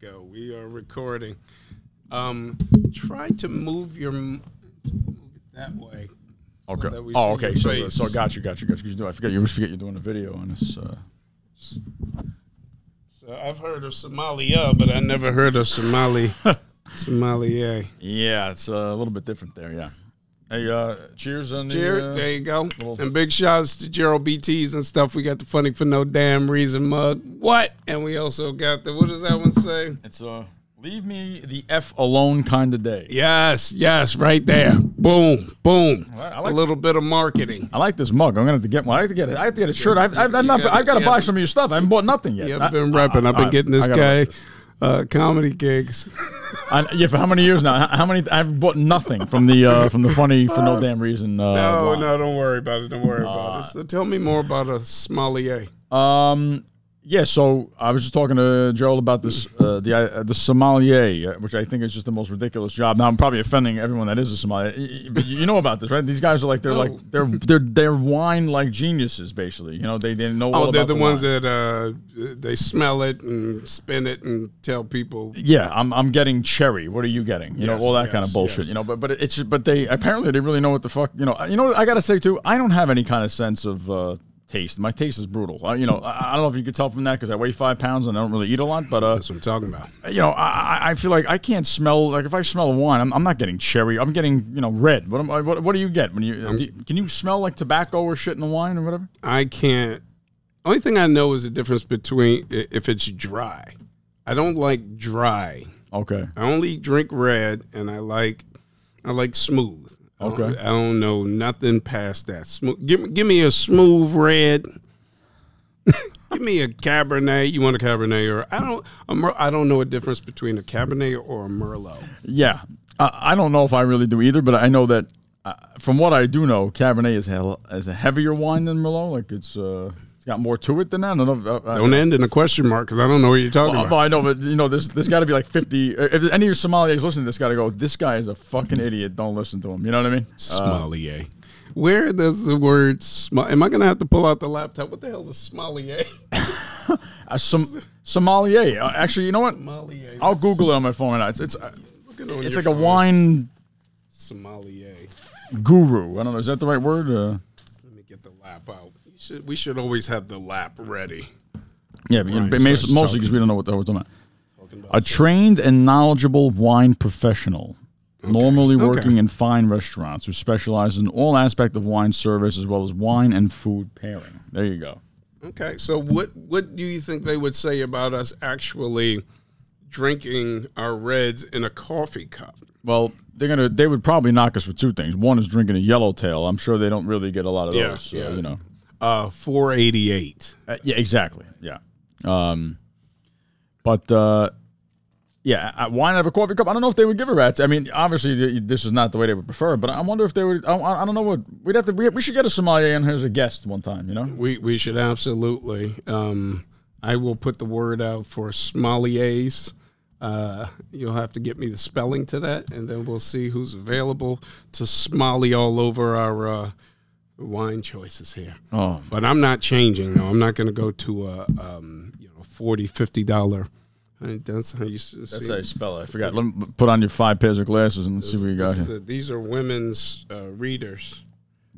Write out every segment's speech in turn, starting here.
go. We are recording. Um, try to move your m- move it that way. so Okay. that we see oh, okay. your So, face. so got you, got you, got you. 'Cause you know, I forget. You always forget you're doing a video on this. Uh, So I've heard of Somalia, but I never heard of Somali. Somalia. yeah, it's uh, a little bit different there. Yeah. Hey, uh, cheers on the. Jared, uh, there you go. little- And big shouts to Gerald BTs and stuff. We got the funny for no damn reason mug. What? And we also got the what does that one say? it's uh, leave me the f alone kind of day. Yes, yes, right there. Boom, boom. right, I a like- little bit of marketing. I like this mug. I'm gonna have to get one. I have to get it. I have to get a shirt. I've, I've, I've, not, gotta- I've got to you buy gotta- some of your stuff. I haven't bought nothing yet. Yeah, I- I've been repping. I've all been right, getting this I gotta guy look this. uh, comedy gigs. I, yeah, for how many years now? How- How many? I've bought nothing from the uh, from the funny for no damn reason. Uh, Oh line. no, don't worry about it. Don't worry about it. So tell me more about a sommelier. Um, yeah. So I was just talking to Gerald about this, uh, the uh, the sommelier, uh, which I think is just the most ridiculous job. Now I'm probably offending everyone that is a sommelier, Y- y- but you know about this, right? These guys are like they're Oh. like they're they're they're wine like geniuses, basically. You know, they they know. all Oh, they're about the, ones wine. that uh, they smell it and spin it and tell people. Yeah, I'm, I'm getting cherry. What are you getting? You Yes, know, all that kind yes, of bullshit. yes. You know, but but it's just, but they apparently they really know what the fuck. You know, you know what I gotta say too. I don't have any kind of sense of uh, taste. My taste is brutal. I, you know, I, I don't know if you could tell from that because I weigh five pounds and I don't really eat a lot. But uh, That's what I'm talking about. you know, I, I- I feel like I can't smell. Like if I smell wine, I'm, I'm not getting cherry. I'm getting you know red. What am I, what, what do you get when you, do you- can you smell like tobacco or shit in the wine or whatever? I can't. Only thing I know is the difference between i- if it's dry. I don't like dry. Okay, I only drink red, and I like I like smooth. I don't- Okay. I don't know nothing past that. Smooth. Give me give me a smooth red. give me a cabernet. You want a cabernet or I don't a Mer, I don't know a difference between a cabernet or a merlot. yeah. I, I don't know if I really do either, but I know that uh, from what I do know, Cabernet is a, is a heavier wine than Merlot. Like it's uh, it's got more to it than that. I don't know. if- I- I- Don't end in a question mark because I don't know what you're talking Well, about. no, I know, but you know, there's there's got to be like 50. If any of your Somalis listening to this, got to go. This guy is a fucking idiot. Don't listen to him. You know what I mean? uh, Sommelier. Where does the word sm- am I going to have to pull out the laptop? What the hell's a sommelier? Uh, som- sommelier. Uh, actually, you know what? Sommelier. I'll Google it on my phone. Now. It's it's uh, Look it on it's your like a phone. wine sommelier. guru. I don't know. Is that the right word? Uh, Let me get the lap out. You should, we should always have the lap ready. yeah, but, Right, but so mas- it's mostly because we don't know what the hell we're talking about. A trained and knowledgeable wine professional, normally working in fine restaurants who specialize in all aspect of wine service as well as wine and food pairing. There you go. Okay, so what what do you think they would say about us actually drinking our reds in a coffee cup? Well, they're gonna they would probably knock us for two things. One is drinking a yellowtail. I'm sure they don't really get a lot of Yeah, those. Yeah, yeah. you know. Uh, four eighty eight. Uh, yeah, exactly. Yeah. Um, but uh, yeah, I- wine out of a coffee cup. I don't know if they would give a rat's. I mean, obviously, th- this is not the way they would prefer. But I wonder if they would. I, I I don't know what we'd have to. We, we should get a sommelier in here as a guest one time. You know. We we should absolutely. Um, I will put the word out for sommeliers. Uh, you'll have to get me the spelling to that, and then we'll see who's available to smolly all over our uh, wine choices here. Oh, But I'm not changing though. I'm not going to go to a um, you know forty fifty dollar. That's how you s- that's see. how you spell it. I forgot. Let me put on your five pairs of glasses and let's see what you got This is here. a- these are women's uh, readers.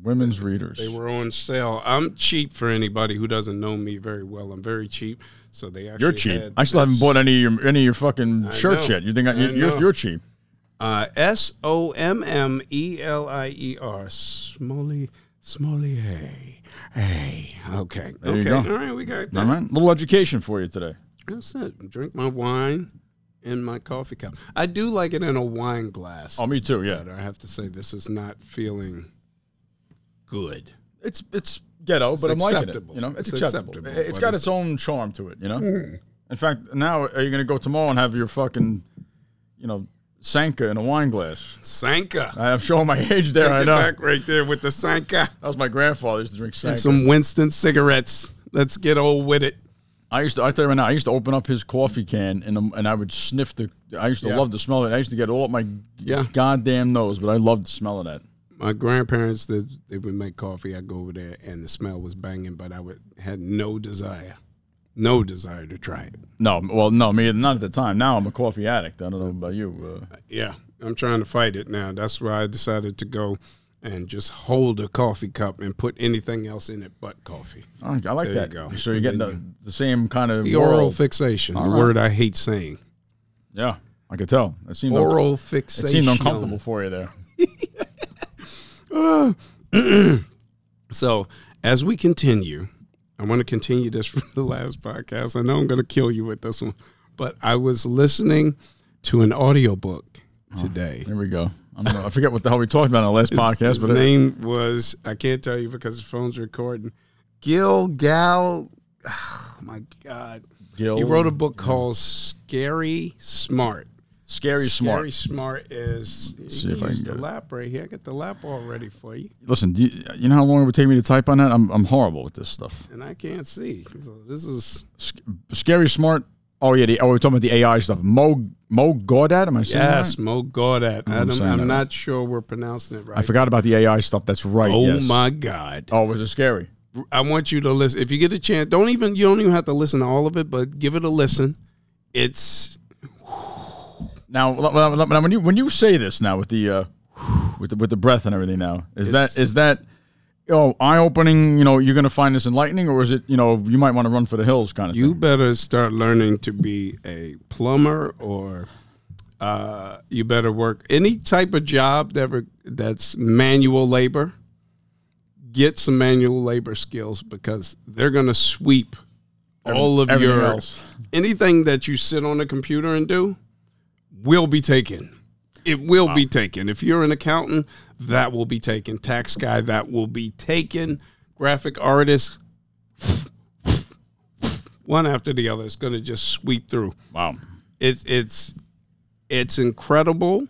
Women's readers. They were on sale. I'm cheap for anybody who doesn't know me very well. I'm very cheap, so they actually You're cheap. had I still haven't this, bought any of your any of your fucking shirts know. yet. You think I, I you, know. you're, you're cheap? uh, S O M M E L I E R Smolly Smolly. Hey, hey. Okay, There you okay. go. All right, we got that. All right, little education for you today. That's it. Drink my wine in my coffee cup. I do like it in a wine glass. Oh, me too. Yeah, but I have to say this is not feeling good. it's it's ghetto, but I'm liking it. acceptable. You know, it's, It's acceptable. acceptable, It- it's but got it's- Hmm. its own charm to it. You know. In fact, now are you going to go tomorrow and have your fucking, you know, Sanka in a wine glass? Sanka. I- I'm showing my age there. Take I it know. back right there with the Sanka. That was my grandfather used to drink Sanka. And some Winston cigarettes. Let's get old with it. I used to. I tell you right now, I used to open up his coffee can and um, and I would sniff the. I used to Yeah. love the smell of it. I used to get it all up my Yeah. goddamn nose, but I loved the smell of that. My grandparents, they, they would make coffee. I'd go over there and the smell was banging, but I would had no desire. no desire to try it. No, well, no, me not at the time. Now I'm a coffee addict. I don't know about you. Uh, Yeah, I'm trying to fight it now. That's why I decided to go and just hold a coffee cup and put anything else in it but coffee. I, I like There that. you go. So you're getting the, the same kind of The world. oral fixation, the right. word I hate saying. Yeah, I could tell. It seemed un- Oral it fixation. seemed uncomfortable for you there. So, as we continue, I want to continue this from the last podcast. I know I'm going to kill you with this one, but I was listening to an audiobook today. Here we go. I don't know. I forget what the hell we talked about in our last podcast, His but uh, it, name was, I can't tell you because the phone's recording, Gil Gal. Oh, my God. Gil, He wrote a book called Scary Smart. scary smart. Scary Smart is. see if I use can get the it. lap right here. I got the lap all ready for you, Listen, do you, you know how long it would take me to type on that? I'm, I'm horrible with this stuff. and I can't see. So this is. Sc- scary smart. Oh yeah, the, oh we're talking about the AI stuff. Mo Mo Gordad, am I saying that Yes, Mo Gaudat. I don't, saying I'm that not sure we're pronouncing it right. right? I forgot about the AI stuff. That's right. oh yes. my God! Oh, was it scary? I want you to listen. If you get a chance, don't even you don't even have to listen to all of it, but give it a listen. It's Now, l- l- l- now, when you when you say this now with the uh, with the, with the breath and everything now, is that is that oh eye opening? You know, you're going to find this enlightening, or is it you know you might want to run for the hills kind of you thing? better start learning to be a plumber or. Uh, you better work any type of job that re- that's manual labor. Get some manual labor skills because they're going to sweep all of everything your else. anything that you sit on a computer and do will be taken. It will be taken. If you're an accountant, that will be taken. Tax guy, that will be taken. Graphic artist, one after the other, it's going to just sweep through. Wow. It's it's it's incredible.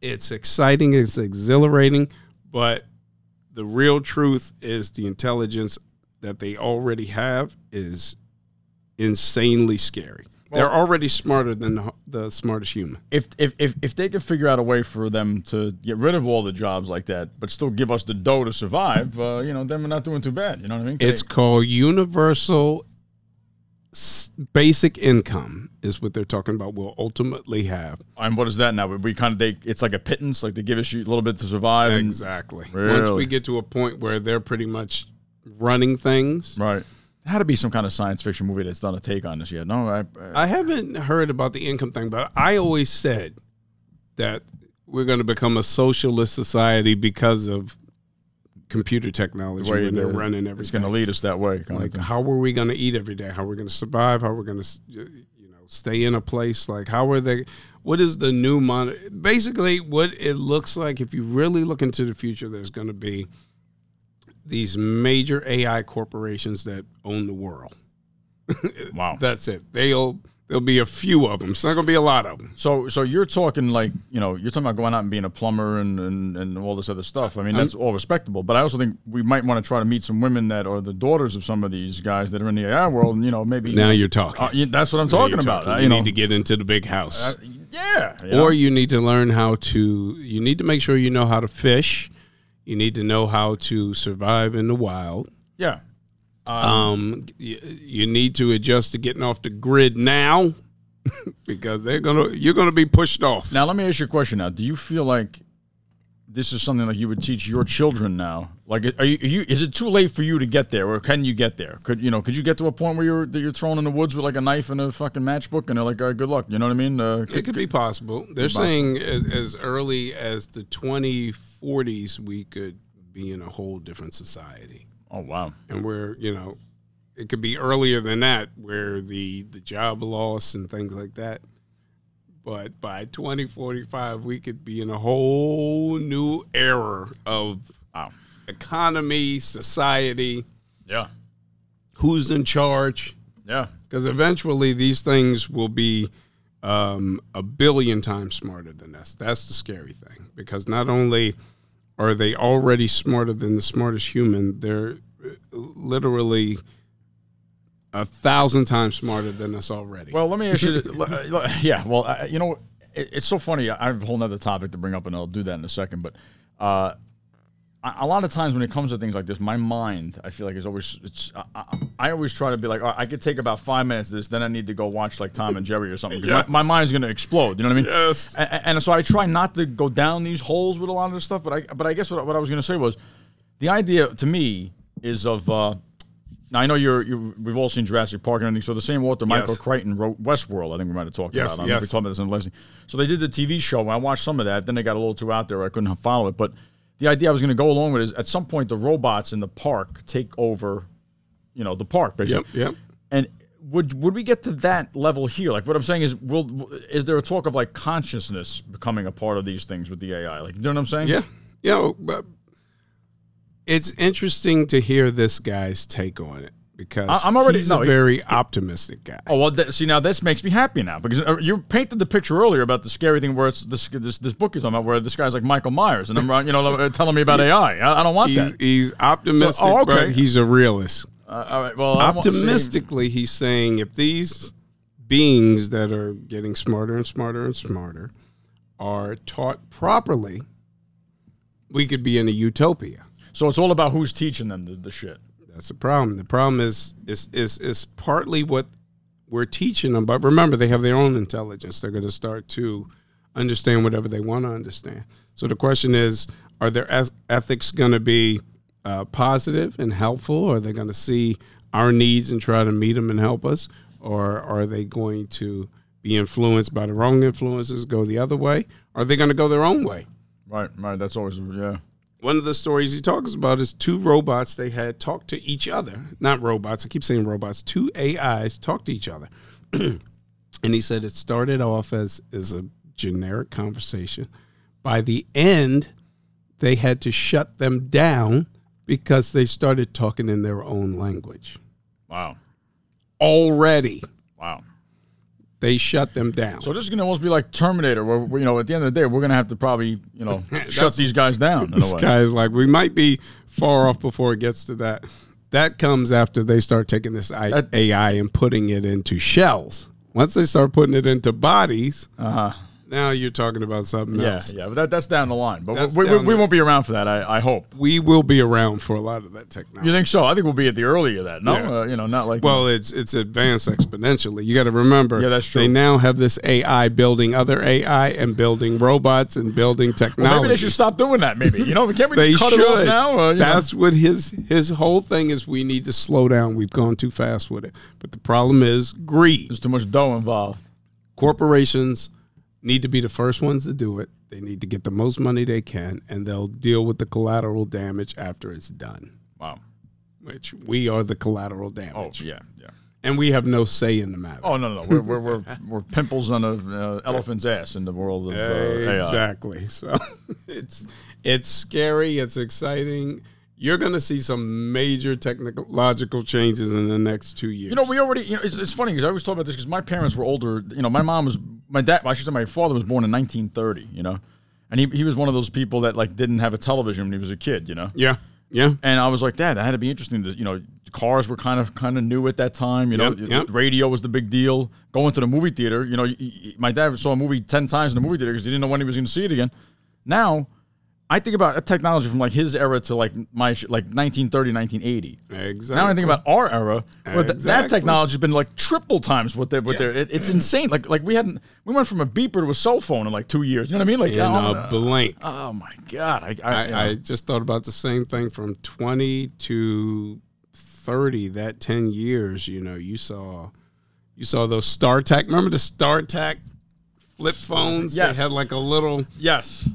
It's exciting. It's exhilarating. But the real truth is the intelligence that they already have is insanely scary. They're already smarter than the, the smartest human. If, if, if, if they could figure out a way for them to get rid of all the jobs like that, but still give us the dough to survive, uh, you know, then we're not doing too bad. You know what I mean? It's called universal s- basic income is what they're talking about. We'll ultimately have and what is that now? We, we kind of they it's like a pittance, like they give us you a little bit to survive. and- exactly once Mm. Really? we get to a point where they're pretty much running things. right. Had to be some kind of science fiction movie that's done a take on this yet. No, I, I I haven't heard about the income thing, but I always said that we're going to become a socialist society because of computer technology way when they're the- running it's everything. going to lead us that way. Kind of Like, uh, thing. how are we going to eat every day? How are we going to survive? How are we going to, you know, stay in a place? Like, how are they? What is the new mon? Basically, what it looks like if you really look into the future, there's going to be these major AI corporations that own the world. Wow. That's it. They'll there'll be a few of them. It's not gonna be a lot of them. So, so you're talking like you know you're talking about going out and being a plumber and and, and all this other stuff. I mean that's all respectable, but I also think we might want to try to meet some women that are the daughters of some of these guys that are in the AI world, and you know maybe Now you're talking. Uh, yeah, that's what I'm Now talking you're about. Uh, talking. you You know, Uh, need to get into the big house, yeah, you or know. you need to learn how to. You need to make sure you know how to fish. You need to know how to survive in the wild. yeah. Uh, Um, you, you need to adjust to getting off the grid now, because they're gonna you're gonna be pushed off. Now let me ask you a question. Now, do you feel like this is something like you would teach your children now? Like, are you, are you is it too late for you to get there, or can you get there? Could you know? Could you get to a point where you're that you're thrown in the woods with like a knife and a fucking matchbook, and they're like, "All right, good luck." You know what I mean? Uh, It could be possible. They're possible. saying as, as early as the 2040s, we could be in a whole different society. oh wow. and where you know it could be earlier than that where the the job loss and things like that but by 2045 we could be in a whole new era of Wow. economy society Yeah. who's in charge Yeah. because eventually these things will be um, a billion times smarter than us that's the scary thing because not only are they already smarter than the smartest human they're uh, literally a thousand times smarter than us already Well, let me ask you. l- l- yeah. Well, I, you know, it, it's so funny. I have a whole nother topic to bring up, and I'll do that in a second. But uh, I- a lot of times when it comes to things like this, my mind, I feel like is always, it's, I, I- I always try to be like, all right, I could take about five minutes of this, then I need to go watch like Tom and Jerry or something. 'cause Yes. my, my mind's going to explode. You know what I mean? Yes. A- a- And, so I try not to go down these holes with a lot of this stuff. But I, but I guess what, I- what I was going to say was the idea to me is of, uh, now I know you're, you we've all seen Jurassic Park and everything. So the same author, Michael Crichton, wrote Westworld. I think we might have talked Yes, about. I don't know if we yes. talked about this in the last. thing. So they did the TV show. and I watched some of that. Then they got a little too out there. I couldn't follow it. But the idea I was going to go along with is at some point the robots in the park take over, you know, the park Yep, basically. yep. And would would we get to that level here? Like what I'm saying is, will is there a talk of like consciousness becoming a part of these things with the AI? Like you know what I'm saying? Yeah. Yeah. well, But it's interesting to hear this guy's take on it because I- I'm already- he's no, a he- very optimistic guy. Oh well, that, see now this makes me happy now because uh, you painted the picture earlier about the scary thing where it's this this, this book you're talking about where this guy's like Michael Myers and I'm right, you know like, telling me about AI. I, I don't want He's, that. he's optimistic, So- oh, okay. but he's a realist. Uh, all right, well, I don't want- see, Optimistically, he's saying if these beings that are getting smarter and smarter and smarter are taught properly, we could be in a utopia. so it's all about who's teaching them the, the shit. That's the problem. The problem is is is is partly what we're teaching them, but remember they have their own intelligence. They're going to start to understand whatever they want to understand. So the question is, are their eth- ethics going to be uh, positive and helpful? Or are they going to see our needs and try to meet them and help us, or are they going to be influenced by the wrong influences, go the other way? Are they going to go their own way? Right, right. That's always yeah. one of the stories he talks about is two robots they had talk to each other. Not robots, I keep saying robots. Two AIs talk to each other. and he said it started off as, as a generic conversation. By the end, they had to shut them down because they started talking in their own language. Wow, Already, wow. they shut them down. So this is gonna almost be like Terminator, where where, you know at the end of the day we're gonna have to probably you know shut these guys down in a this way. guy is like, we might be far off before it gets to that. That comes after they start taking this I- That- AI and putting it into shells. Once they start putting it into bodies, Uh-huh. now you're talking about something Yeah, else. yeah. But that, that's down the line. But That's we, we, down we the- won't be around for that. I, I hope. We will be around for a lot of that You technology. think so? I think we'll be at the early of that. No, Yeah. uh, you know, not like Well, it's it's advanced exponentially. You got to remember, Yeah, that's true. They now have this AI building other AI and building robots and building technology. maybe they should stop doing that. Maybe you know, can't we They just cut should. it off now? Uh, you know. That's what his his whole thing is. We need to slow down. We've gone too fast with it. But the problem is greed. There's too much dough involved. Corporations need to be the first ones to do it. They need to get the most money they can, and they'll deal with the collateral damage after it's done. Wow. Which we are the collateral Oh damage, yeah, yeah. and we have no say in the matter. Oh no, no, no. We're we're we're, we're pimples on an uh, elephant's ass in the world of uh, AI. exactly. So it's it's scary. It's exciting. You're going to see some major technological changes in the next two years. You know, we already. You know, it's, it's funny because I always talk about this because my parents were older. You know, my mom was my dad. Well, I should say my father was born in 1930. You know, and he he was one of those people that like didn't have a television when he was a kid. You know. yeah, yeah. And I was like, Dad, that had to be interesting. To, you know, cars were kind of kind of new at that time. You know, Yep, yep. radio was the big deal. Going to the movie theater, you know, y- y- my dad saw a movie ten times in the movie theater because he didn't know when he was going to see it again. Now, I think about technology from like his era to like my sh- like 1930, 1980. Exactly. Now I think about our era, where th- that Exactly. technology's been like triple times what they what Yeah. they're. It, it's insane. Like like we hadn't we went from a beeper to a cell phone in like two years. You know what I mean? Like in I a don't- blank. oh my god, I, I, you know. I, I just thought about the same thing from 20 to 30 that 10 years you know you saw you saw those StarTAC remember the StarTAC flip phones Yes. they had like a little yes.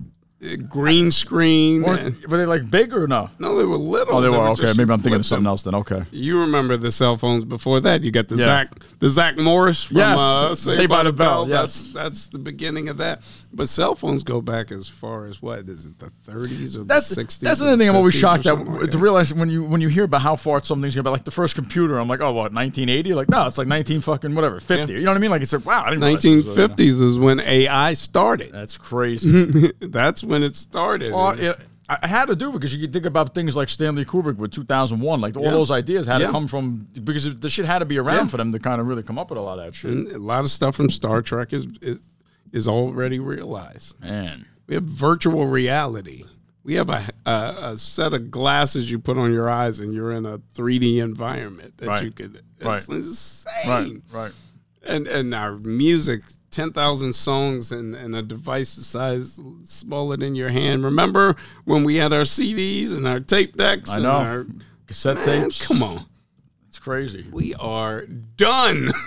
uh, green screen Or, and- were they like big or no? no they were little Oh, they, were okay. just- Maybe you I'm thinking flipped of something them. else then. Okay. you remember the cell phones before that you got the Yeah. Zach the Zach Morris from Yes. uh, Saved by, the Bell, yes. that's that's the beginning of that but cell phones go back as far as what is it the 30s or That's the 60s that's or another thing I'm always 50s or shocked at something like to that. realize when you when you hear about how far something's gonna be. Like the first computer, I'm like, oh, what 1980? Like no, it's like 19 fucking whatever 50. You know what I mean? Like it's like wow, I didn't. realize this was, uh, 1950s is when AI started. That's Mm-hmm. crazy. That's when it started. well, it, I I had to do it because you could think about things like Stanley Kubrick with 2001. Like all those ideas had to Yeah. come from because it- the shit had to be around for them to kind of really come up with a lot of that shit. And a lot of stuff from Star Trek is is already realized. Man, We have virtual reality. We have a, a, a set of glasses you put on your eyes, and you're in a 3D environment that Right. you could. It's Right. insane. Right, right. And and our music, ten thousand songs, and and a device the size smaller than your hand. Remember when we had our CDs and our tape decks? I and know. Our, Cassette Man, tapes. come on, It's crazy. we are done.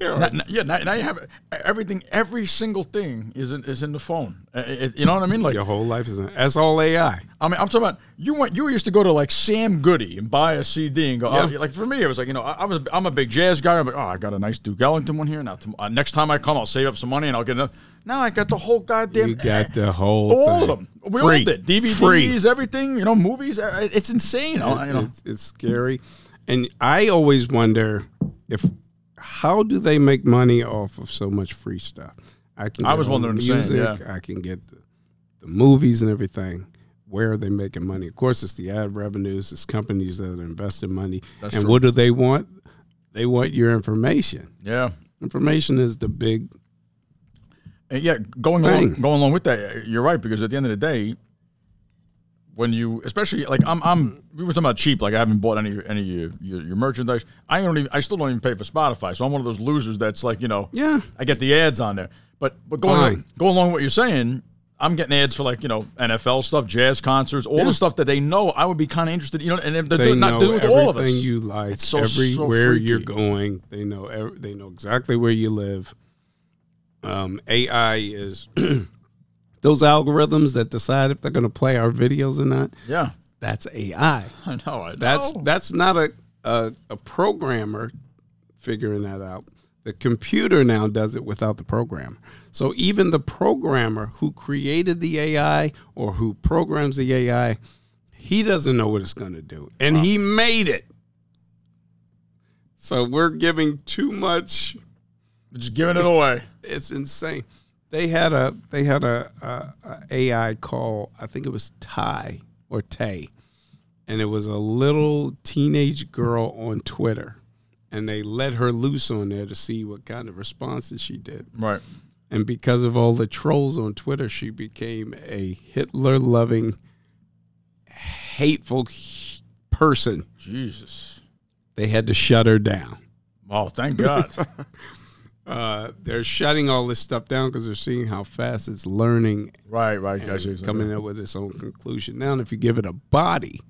We are Now- now- yeah, now, now you have e, everything. Every single thing is in, is in the phone. Uh, it- you know what I mean? Like, Your whole life is an, that's all AI. I mean, I'm talking about you went. You used to go to like Sam Goody and buy a CD and go. oh, Yeah. like for me, it was like you know, I, I was I'm a big jazz guy. I'm like, oh, I got a nice Duke Ellington one here. Now tom- uh, next time I come, I'll save up some money and I'll get another. Now I got the whole goddamn. You got the whole all thing. of them. We Free. all did DVDs, Free. everything. You know, movies. uh, It's insane. I- you know. It's, it's scary, and I always wonder if how do they make money off of so much free stuff? I can. I get was all the wondering the same, I can get the, the movies and everything. Where are they making money? Of course, it's the ad revenues. It's companies that are investing money. That's and true. what do they want? They want your information. Yeah. Information is the big And yeah, going along, Thing. going along with that, you're right because at the end of the day, when you, especially like I'm, I'm, we were talking about cheap. Like I haven't bought any any of your, your, your merchandise. I don't even, I still don't even pay for Spotify. So I'm one of those losers that's like, you know, Yeah. I get the ads on there. But but going Fine. go along with what you're saying, I'm getting ads for like you know NFL stuff, jazz concerts, all the stuff that they know I would be kind of interested. You know, and if they're they doing, not know doing it with everything all of us. you like. It's so- so everywhere you're freaky. going, they know. ev- They know exactly where you live. Um, AI is those algorithms that decide if they're going to play our videos or not. yeah, That's AI. I know. I That's know. that's not a, a a programmer figuring that out. The computer now does it without the programmer. So even the programmer who created the AI or who programs the AI, he doesn't know what it's going to do, and he made it. So we're giving too much. just giving it away. It's insane. They had a they had a, a, a AI call. I think it was Ty or Tay, and it was a little teenage girl on Twitter, and they let her loose on there to see what kind of responses she did. Right. And because of all the trolls on Twitter, she became a Hitler loving, hateful h- person. Jesus. They had to shut her down. Oh, thank God. Uh, they're shutting all this stuff down because they're seeing how fast it's learning Right, right. I see. coming up with its own conclusion. Now, if you give it a body,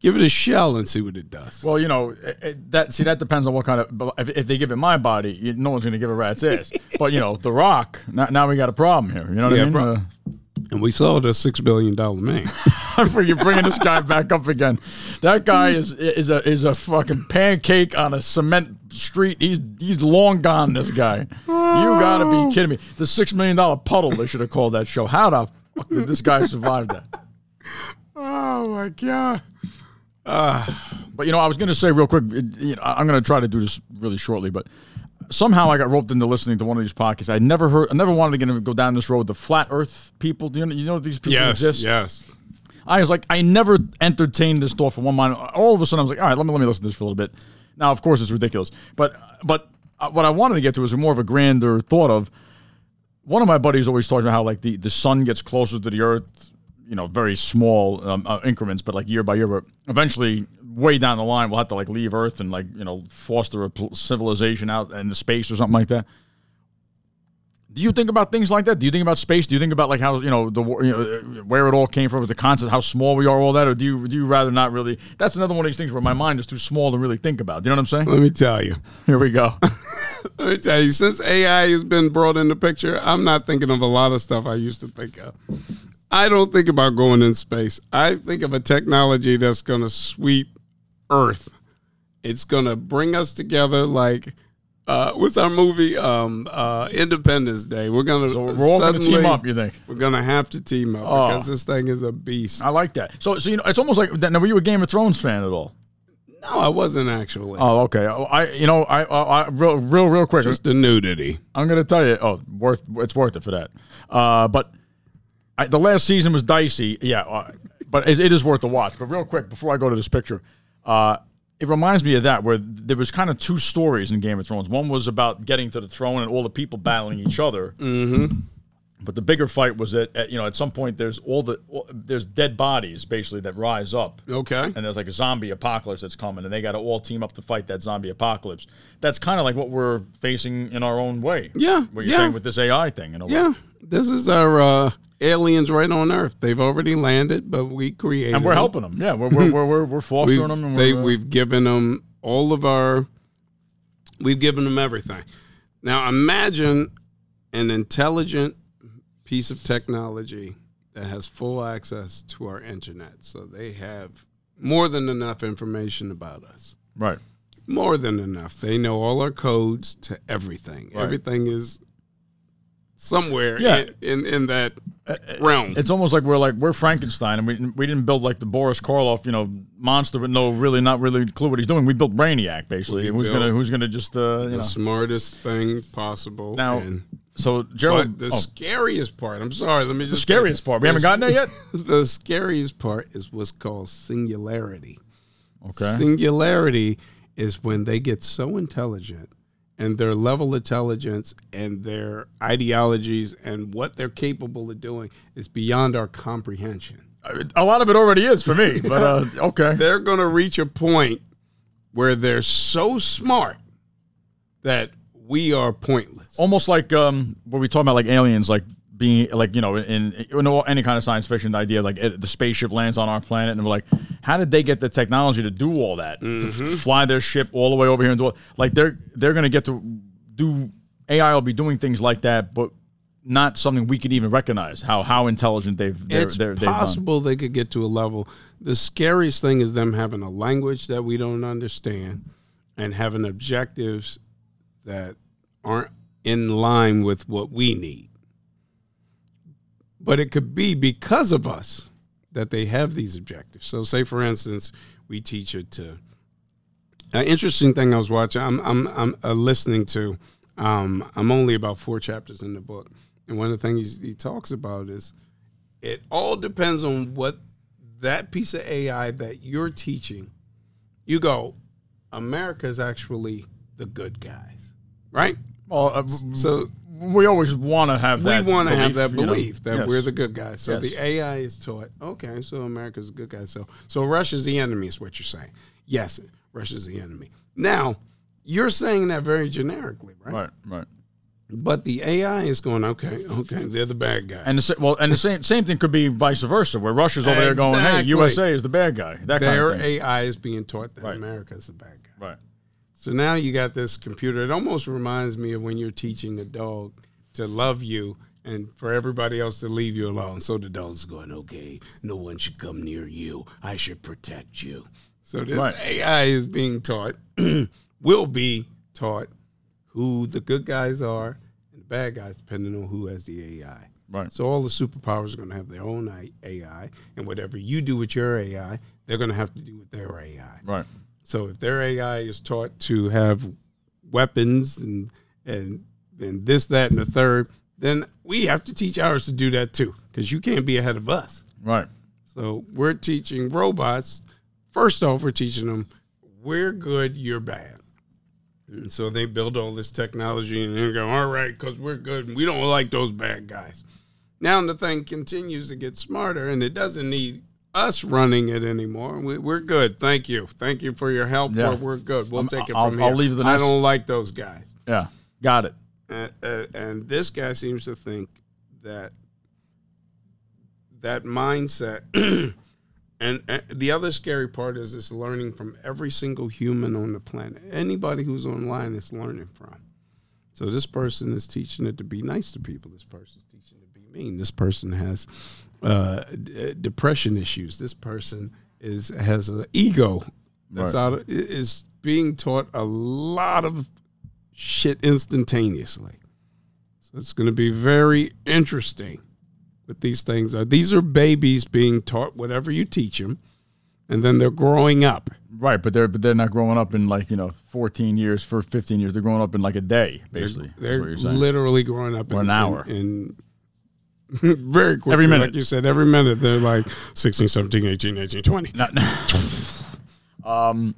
give it a shell and see what it does. Well, you know it, it- that. See, that depends on what kind of. but If, if they give it my body, you, no one's going to give a rat's ass. but you know, The Rock. Now, now we got a problem here. You know what Yeah, I mean? bro. Uh, And we saw the six billion dollar man. I'm freaking bringing this guy back up again. That guy is is a is a fucking pancake on a cement street. He's he's long gone. This guy. You gotta be kidding me. The six million dollar puddle. They should have called that show. How the fuck did this guy survive that? oh my god! Ah. But you know, I was going to say real quick. it- You know, I- I'm going to try to do this really shortly, but somehow I got roped into listening to one of these podcasts. I never heard. I never wanted to get, go down this road. The flat Earth people. Do you know, you know these people Yes, exist? yes. I was like, I never entertained this thought for one moment. All of a sudden, I was like, all right, let me let me listen to this for a little bit. Now, of course, it's ridiculous, but but uh, what I wanted to get to was more of a grander thought of. One of my buddies always talks about how like the, the sun gets closer to the earth, you know, very small um, uh, increments, but like year by year, but eventually, way down the line, we'll have to like leave Earth and like you know foster a pl- civilization out into space or something like that. Do you think about things like that? Do you think about space? Do you think about like how you know the war- you know, where it all came from, the concept, how small we are, all that, or do you do you rather not really? That's another one of these things where my mind is too small to really think about. Do you know what I'm saying? Let me tell you. Here we go. Let me tell you. Since AI has been brought in the picture, I'm not thinking of a lot of stuff I used to think of. I don't think about going in space. I think of a technology that's going to sweep Earth. It's going to bring us together like. Uh, what's our movie? Um, uh, Independence Day. We're gonna We're all going to team suddenly- up. You think? We're gonna have to team up Oh. Uh, because this thing is a beast. I like that. So so you know, it's almost like now. Were you a Game of Thrones fan at all? No, I wasn't actually. Oh, okay. Oh, I you know I I, I real real real quick. Just the nudity. I'm gonna tell you. Oh, worth it's worth it for that. Uh, but I, the last season was dicey. Yeah, uh, but it, it is worth a watch. But real quick, before I go to this picture, uh, it reminds me of that where there was kind of two stories in Game of Thrones. One was about getting to the throne and all the people battling each other. Mm-hmm. But the bigger fight was that at, you know at some point there's all the all, there's dead bodies basically that rise up, Okay. and there's like a zombie apocalypse that's coming, and they got to all team up to fight that zombie apocalypse. That's kind of like what we're facing in our own way. Yeah, what you're yeah. saying with this AI thing, in a way. yeah. This is our uh, aliens right on Earth. They've already landed, but we created. and we're them. helping them. Yeah, we're we're we're, we're, we're fostering We've, them. And they, we're, uh, we've given them all of our. We've given them everything. Now imagine an intelligent piece of technology that has full access to our internet, so they have more than enough information about us. right. More than enough. They know all our codes to everything. Right. Everything is somewhere Yeah. Uh, in, in in that realm. It's almost like we're like we're Frankenstein, and we we didn't build like the Boris Karloff, you know, monster with no really not really clue what he's doing. We built Brainiac basically. We who's built gonna who's gonna just uh, you know. the smartest thing possible. Now, and, so but Gerald, the oh, scariest part. I'm sorry. Let me just the scariest part. We haven't gotten there yet. the scariest part is what's called singularity. Okay. Singularity is when they get so intelligent and their level of intelligence and their ideologies and what they're capable of doing is beyond our comprehension. A lot of it already is for me, but uh, okay. They're going to reach a point where they're so smart that we are pointless. almost like um, what we talking about, like aliens, like being like you know in, in all- any kind of science fiction idea, like it, the spaceship lands on our planet, and we're like, how did they get the technology to do all that, to, f- Mm-hmm. to fly their ship all the way over here and do all, like they're they're gonna get to do AI will be doing things like that, but not something we could even recognize how how intelligent they've they're, it's they're, they've done. possible they could get to a level. The scariest thing is them having a language that we don't understand and having objectives that aren't in line with what we need. But it could be because of us that they have these objectives. So, say for instance, we teach it to. An interesting thing I was watching, I'm I'm I'm uh, listening to. Um, I'm only about four chapters in the book, and one of the things he talks about is it all depends on what that piece of AI that you're teaching. You go, America's actually the good guys, right? Well, uh, So we always want to have that. we want to have belief, that you know? belief that Yes. we're the good guys. So Yes. the AI is taught, okay, so America's a good guy. So so Russia's the enemy is what you're saying. Yes, Russia's the enemy. Now, you're saying that very generically, right? right, right. But the AI is going, okay, okay, they're the bad guys. And the, sa- well, and the same same thing could be vice versa, where Russia's over there going, "Hey, Exactly. USA is the bad guy." That kind Their of thing. AI is being taught that Right. America's the bad guy. right. So now you got this computer. It almost reminds me of when you're teaching a dog to love you and for everybody else to leave you alone. So the dog's going, okay, no one should come near you. I should protect you. So this Right. AI is being taught, will be taught who the good guys are and the bad guys, depending on who has the AI. Right. So all the superpowers are going to have their own I- AI, and whatever you do with your AI, they're going to have to do with their AI. Right. So if their AI is taught to have weapons and and and this, that, and the third, then we have to teach ours to do that too, because you can't be ahead of us. Right. So we're teaching robots. First off, we're teaching them we're good, you're bad. And so they build all this technology and they go, all right, because we're good and we don't like those bad guys. Now the thing continues to get smarter and it doesn't need us running it anymore. We, we're good. Thank you. Thank you for your help. Yeah. We're, we're good. We'll take it I'll- from here. I'll leave the I nest. don't like those guys Yeah. Got it. and, and- and this guy seems to think that that mindset and, and the other scary part is it's learning from every single human on the planet anybody who's online is learning from so this person is teaching it to be nice to people this person is teaching it to be mean this person has uh, d- uh, depression issues this person is has an ego that's Right. out of, i- is being taught a lot of shit instantaneously. So it's going to be very interesting what these things are. These are babies being taught whatever you teach them, and then they're growing up. Right, but they're but they're not growing up in like you know 14 years for 15 years. They're growing up in like a day, basically. They're is what you're saying. literally growing up in Or an hour. In, in- very quickly. Every minute. Like you said, every minute they're like 16, 17, 18, 19, 20. Um,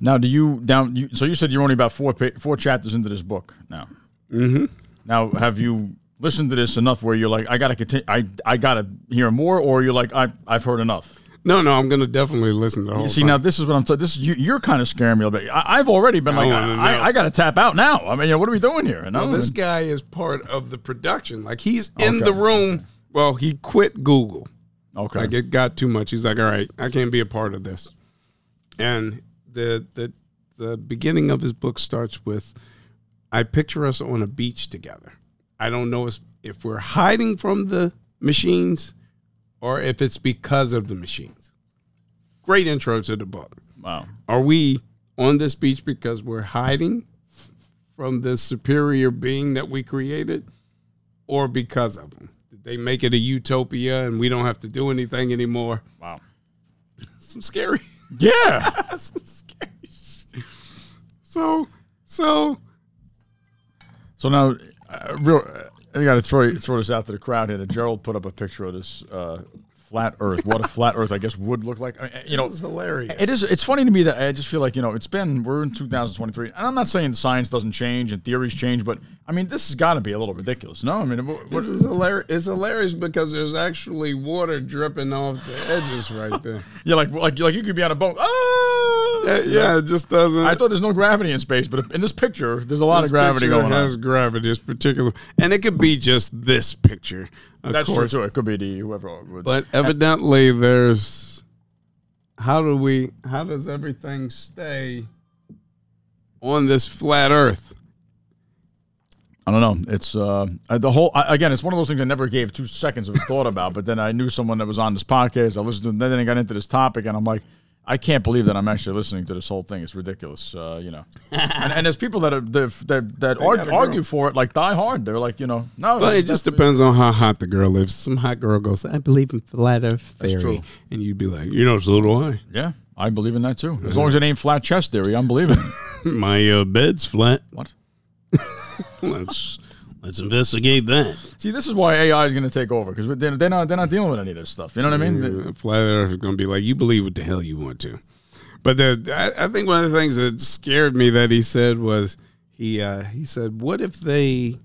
now, do you down? You, so you said you're only about four pa- four chapters into this book now. Mm-hmm. Now, have you listened to this enough where you're like, I gotta continue. I I gotta hear more, or you're like, I I've heard enough. No, no, I'm going to definitely listen to the whole See, thing. now this is what I'm. T- this is you, you're kind of scaring me a little bit. I, I've already been like, wanna I, know. I, I gotta tap out now. I mean, you know, what are we doing here? And Well, I'm- this guy is part of the production. Like he's in Okay. the room. Well, he quit Google. okay. Like it got too much. He's like, all right, I can't be a part of this. And the the the beginning of his book starts with, I picture us on a beach together. I don't know if, if we're hiding from the machines or if it's because of the machines. Great intro to the book. Wow. Are we on this beach because we're hiding from this superior being that we created or because of them? Did they make it a utopia and we don't have to do anything anymore? Wow. Some scary, Yeah. some scary shit. So, so So now, uh, real, uh, I got to throw throw this out to the crowd here. That Gerald put up a picture of this uh, flat Earth. What a flat Earth, I guess, would look like. I- I- You know, it's hilarious. it is. It's funny to me that I just feel like you know, it's been we're in 2023, and I'm not saying science doesn't change and theories change, but I mean, this has got to be a little ridiculous. No, I mean, what, what, This is hilarious. It's hilarious because there's actually water dripping off the edges right there. you're like like like you could be on a boat. Oh, yeah, yeah, it just doesn't. I thought there's no gravity in space, but in this picture, there's a lot of This gravity picture going has on. gravity, this particular, and it could be just this picture. Of That's true course. too. It could be the whoever. would- But evidently, there's how do we? How does everything stay on this flat Earth? I don't know. It's uh, I- the whole I, again. It's one of those things I never gave two seconds of thought about. But then I knew someone that was on this podcast. I listened to, them, then I got into this topic, and I'm like, I can't believe that I'm actually listening to this whole thing. It's ridiculous, uh, you know. and, and there's people that are, that that, that gotta argue, go. argue for it, like die hard. They're like, you know, no. Well, it just depends on how hot the girl is. Some hot girl goes, "I believe in flat Earth theory," true. and you'd be like, "You know, so do I. Yeah, I believe in that too. As long as it ain't flat chest theory, I'm believing. My uh, bed's flat. what? Let's let's investigate that." See, this is why AI is going to take over because they're, they're not they're not dealing with any of this stuff. You know what I mean? Uh, flat Earth is going to be like, you believe what the hell you want to. But the, I, I think one of the things that scared me that he said was he uh, he said, "What if they,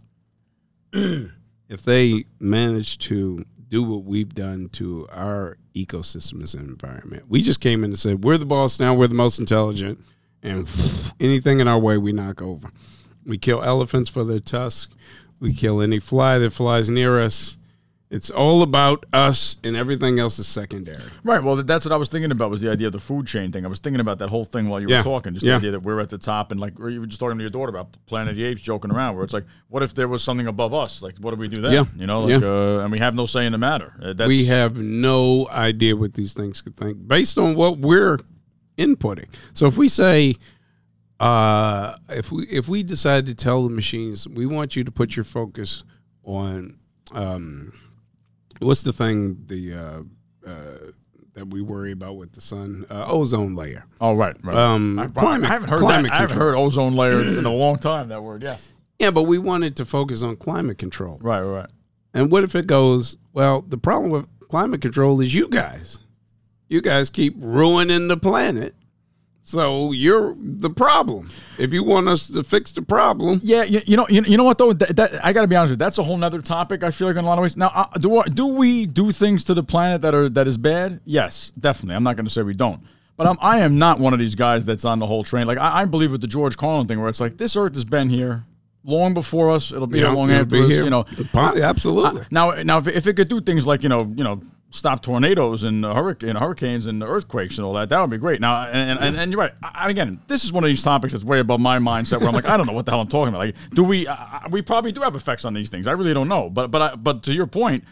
if they manage to do what we've done to our ecosystems and environment? We just came in and said we're the boss now, we're the most intelligent, and anything in our way we knock over. We kill elephants for their tusk. We kill any fly that flies near us." It's all about us, and everything else is secondary. Right. Well, th- that's what I was thinking about was the idea of the food chain thing. I was thinking about that whole thing while you Yeah. were talking, just Yeah. the idea that we're at the top and like or you were just talking to your daughter about Planet of the Apes, joking around, where it's like, what if there was something above us? Like, what do we do then? Yeah. You know, like, Yeah. uh, and we have no say in the matter. Uh, that's, we have no idea what these things could think based on what we're inputting. So if we say, uh, if we if we decide to tell the machines, we want you to put your focus on um, what's the thing the uh, uh, that we worry about with the sun uh, ozone layer. Oh, right, right. Um, I, climate- I haven't heard climate that. I haven't control. heard ozone layer in a long time. That word, yes. Yeah, but we wanted to focus on climate control. Right, right, right. And what if it goes, well, the problem with climate control is you guys. You guys keep ruining the planet. So you're the problem. If you want us to fix the problem, Yeah, you, you know, you, you know what though? That, that- I got to be honest with you. That's a whole nother topic. I feel like in a lot of ways. Now, uh, do I, do we do things to the planet that are that is bad? Yes, definitely. I'm not going to say we don't, but I'm, I am not one of these guys that's on the whole train. Like I, I believe with the George Carlin thing, where it's like this Earth has been here long before us. It'll be here long it'll after be us. here. You know, Po- absolutely. now, now, if, if it could do things like you know, you know, stop tornadoes and uh, hurric- and hurricanes and earthquakes and all that, that would be great. Now, and and, and, and you're right. I, and again, this is one of these topics that's way above my mindset, where I'm like, I don't know what the hell I'm talking about. Like, do we? Uh, we probably do have effects on these things. I really don't know. But but I, but to your point.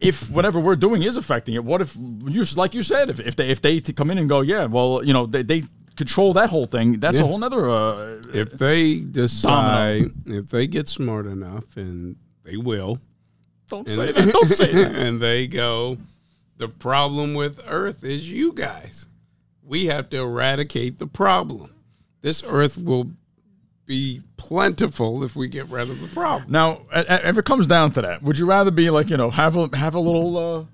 If whatever we're doing is affecting it, what if you like you said, if, if they if they t- come in and go, yeah, well, you know, they, they control that whole thing. That's a whole nother. Uh, if they decide, if they get smart enough, and they will, don't and, say that. Don't say that. and they go, the problem with Earth is you guys. We have to eradicate the problem. This Earth will be plentiful if we get rid of the problem. Now, a- a- if it comes down to that, would you rather be like you know have a have a little,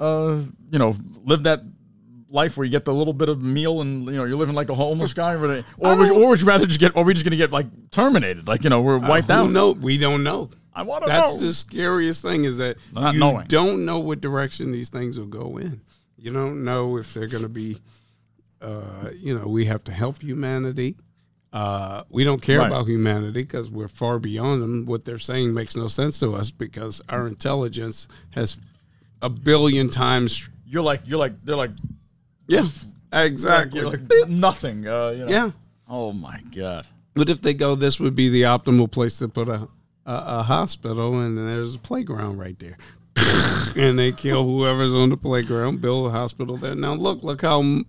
uh, uh, you know, live that life where you get the little bit of meal and you know you're living like a homeless guy, uh, or, they- or would you, or would you rather just get? Are we just gonna get like terminated? Like you know we're wiped Uh, Who out? know? We don't know. I want to That's know. the scariest thing is that Not you knowing. don't know what direction these things will go in. You don't know if they're going to be. Uh, you know, we have to help humanity. Uh, we don't care Right. about humanity because we're far beyond them. What they're saying makes no sense to us because our intelligence has a billion times. you're like you're like they're like Yeah, exactly. you're like nothing. Uh, you know. yeah. Oh my god. What if they go? This would be the optimal place to put a a, a hospital, and then there's a playground right there. and they kill whoever's on the playground, build a hospital there. Now look, look how m-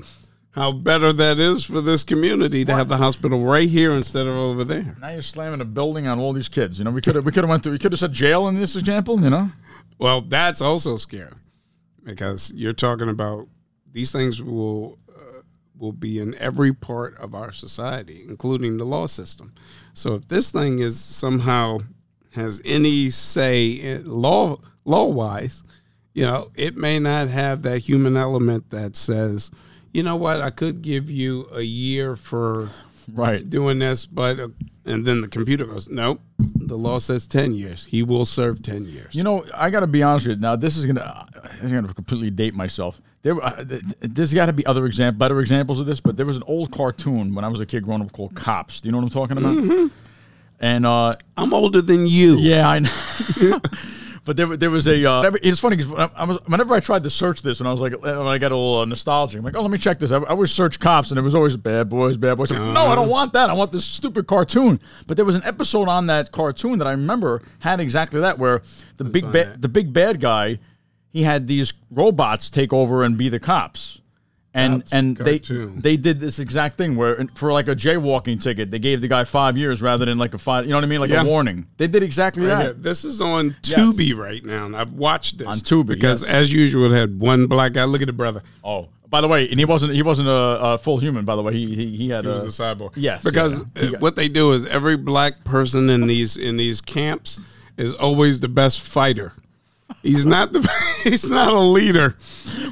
how better that is for this community to have the hospital right here instead of over there. Now you're slamming a building on all these kids. You know, we could have we could have went through. We could have said jail in this example. You know. Well, that's also scary because you're talking about these things will uh, will be in every part of our society, including the law system. So if this thing is somehow has any say in law law wise, you know, it may not have that human element that says, you know what, I could give you a year for Right. doing this, but and then the computer goes, nope, the law says ten years. He will serve ten years. You know, I got to be honest with you. Now, this is gonna this is gonna completely date myself. There, uh, th- th- there's got to be other exam- better examples of this. But there was an old cartoon when I was a kid growing up called Cops. Do you know what I'm talking about? And uh, I'm older than you. yeah, I know. but there, wa- there was a. Uh, every- it's funny because I, I was, whenever I tried to search this, and I was like, when I got a little uh, nostalgic, I'm like, oh, let me check this. I, I always search cops, and it was always bad boys, bad boys. I'm like, no, I don't want that. I want this stupid cartoon. But there was an episode on that cartoon that I remember had exactly that, where the big ba- the big bad guy, he had these robots take over and be the cops. And Cops and they cartoon. they did this exact thing where and for like a jaywalking ticket they gave the guy five years rather than like a five you know what I mean like Yeah. a warning they did exactly that Yeah, this is on Tubi right now, and I've watched this On Tubi, because, yes. as usual, it had one black guy. Look at the brother; Oh, by the way, and he wasn't he wasn't a, a full human. By the way, he he, he had he was a, a cyborg. Uh, yes, because yeah. uh, what they do is every black person in these in these camps is always the best fighter. He's not the he's not a leader,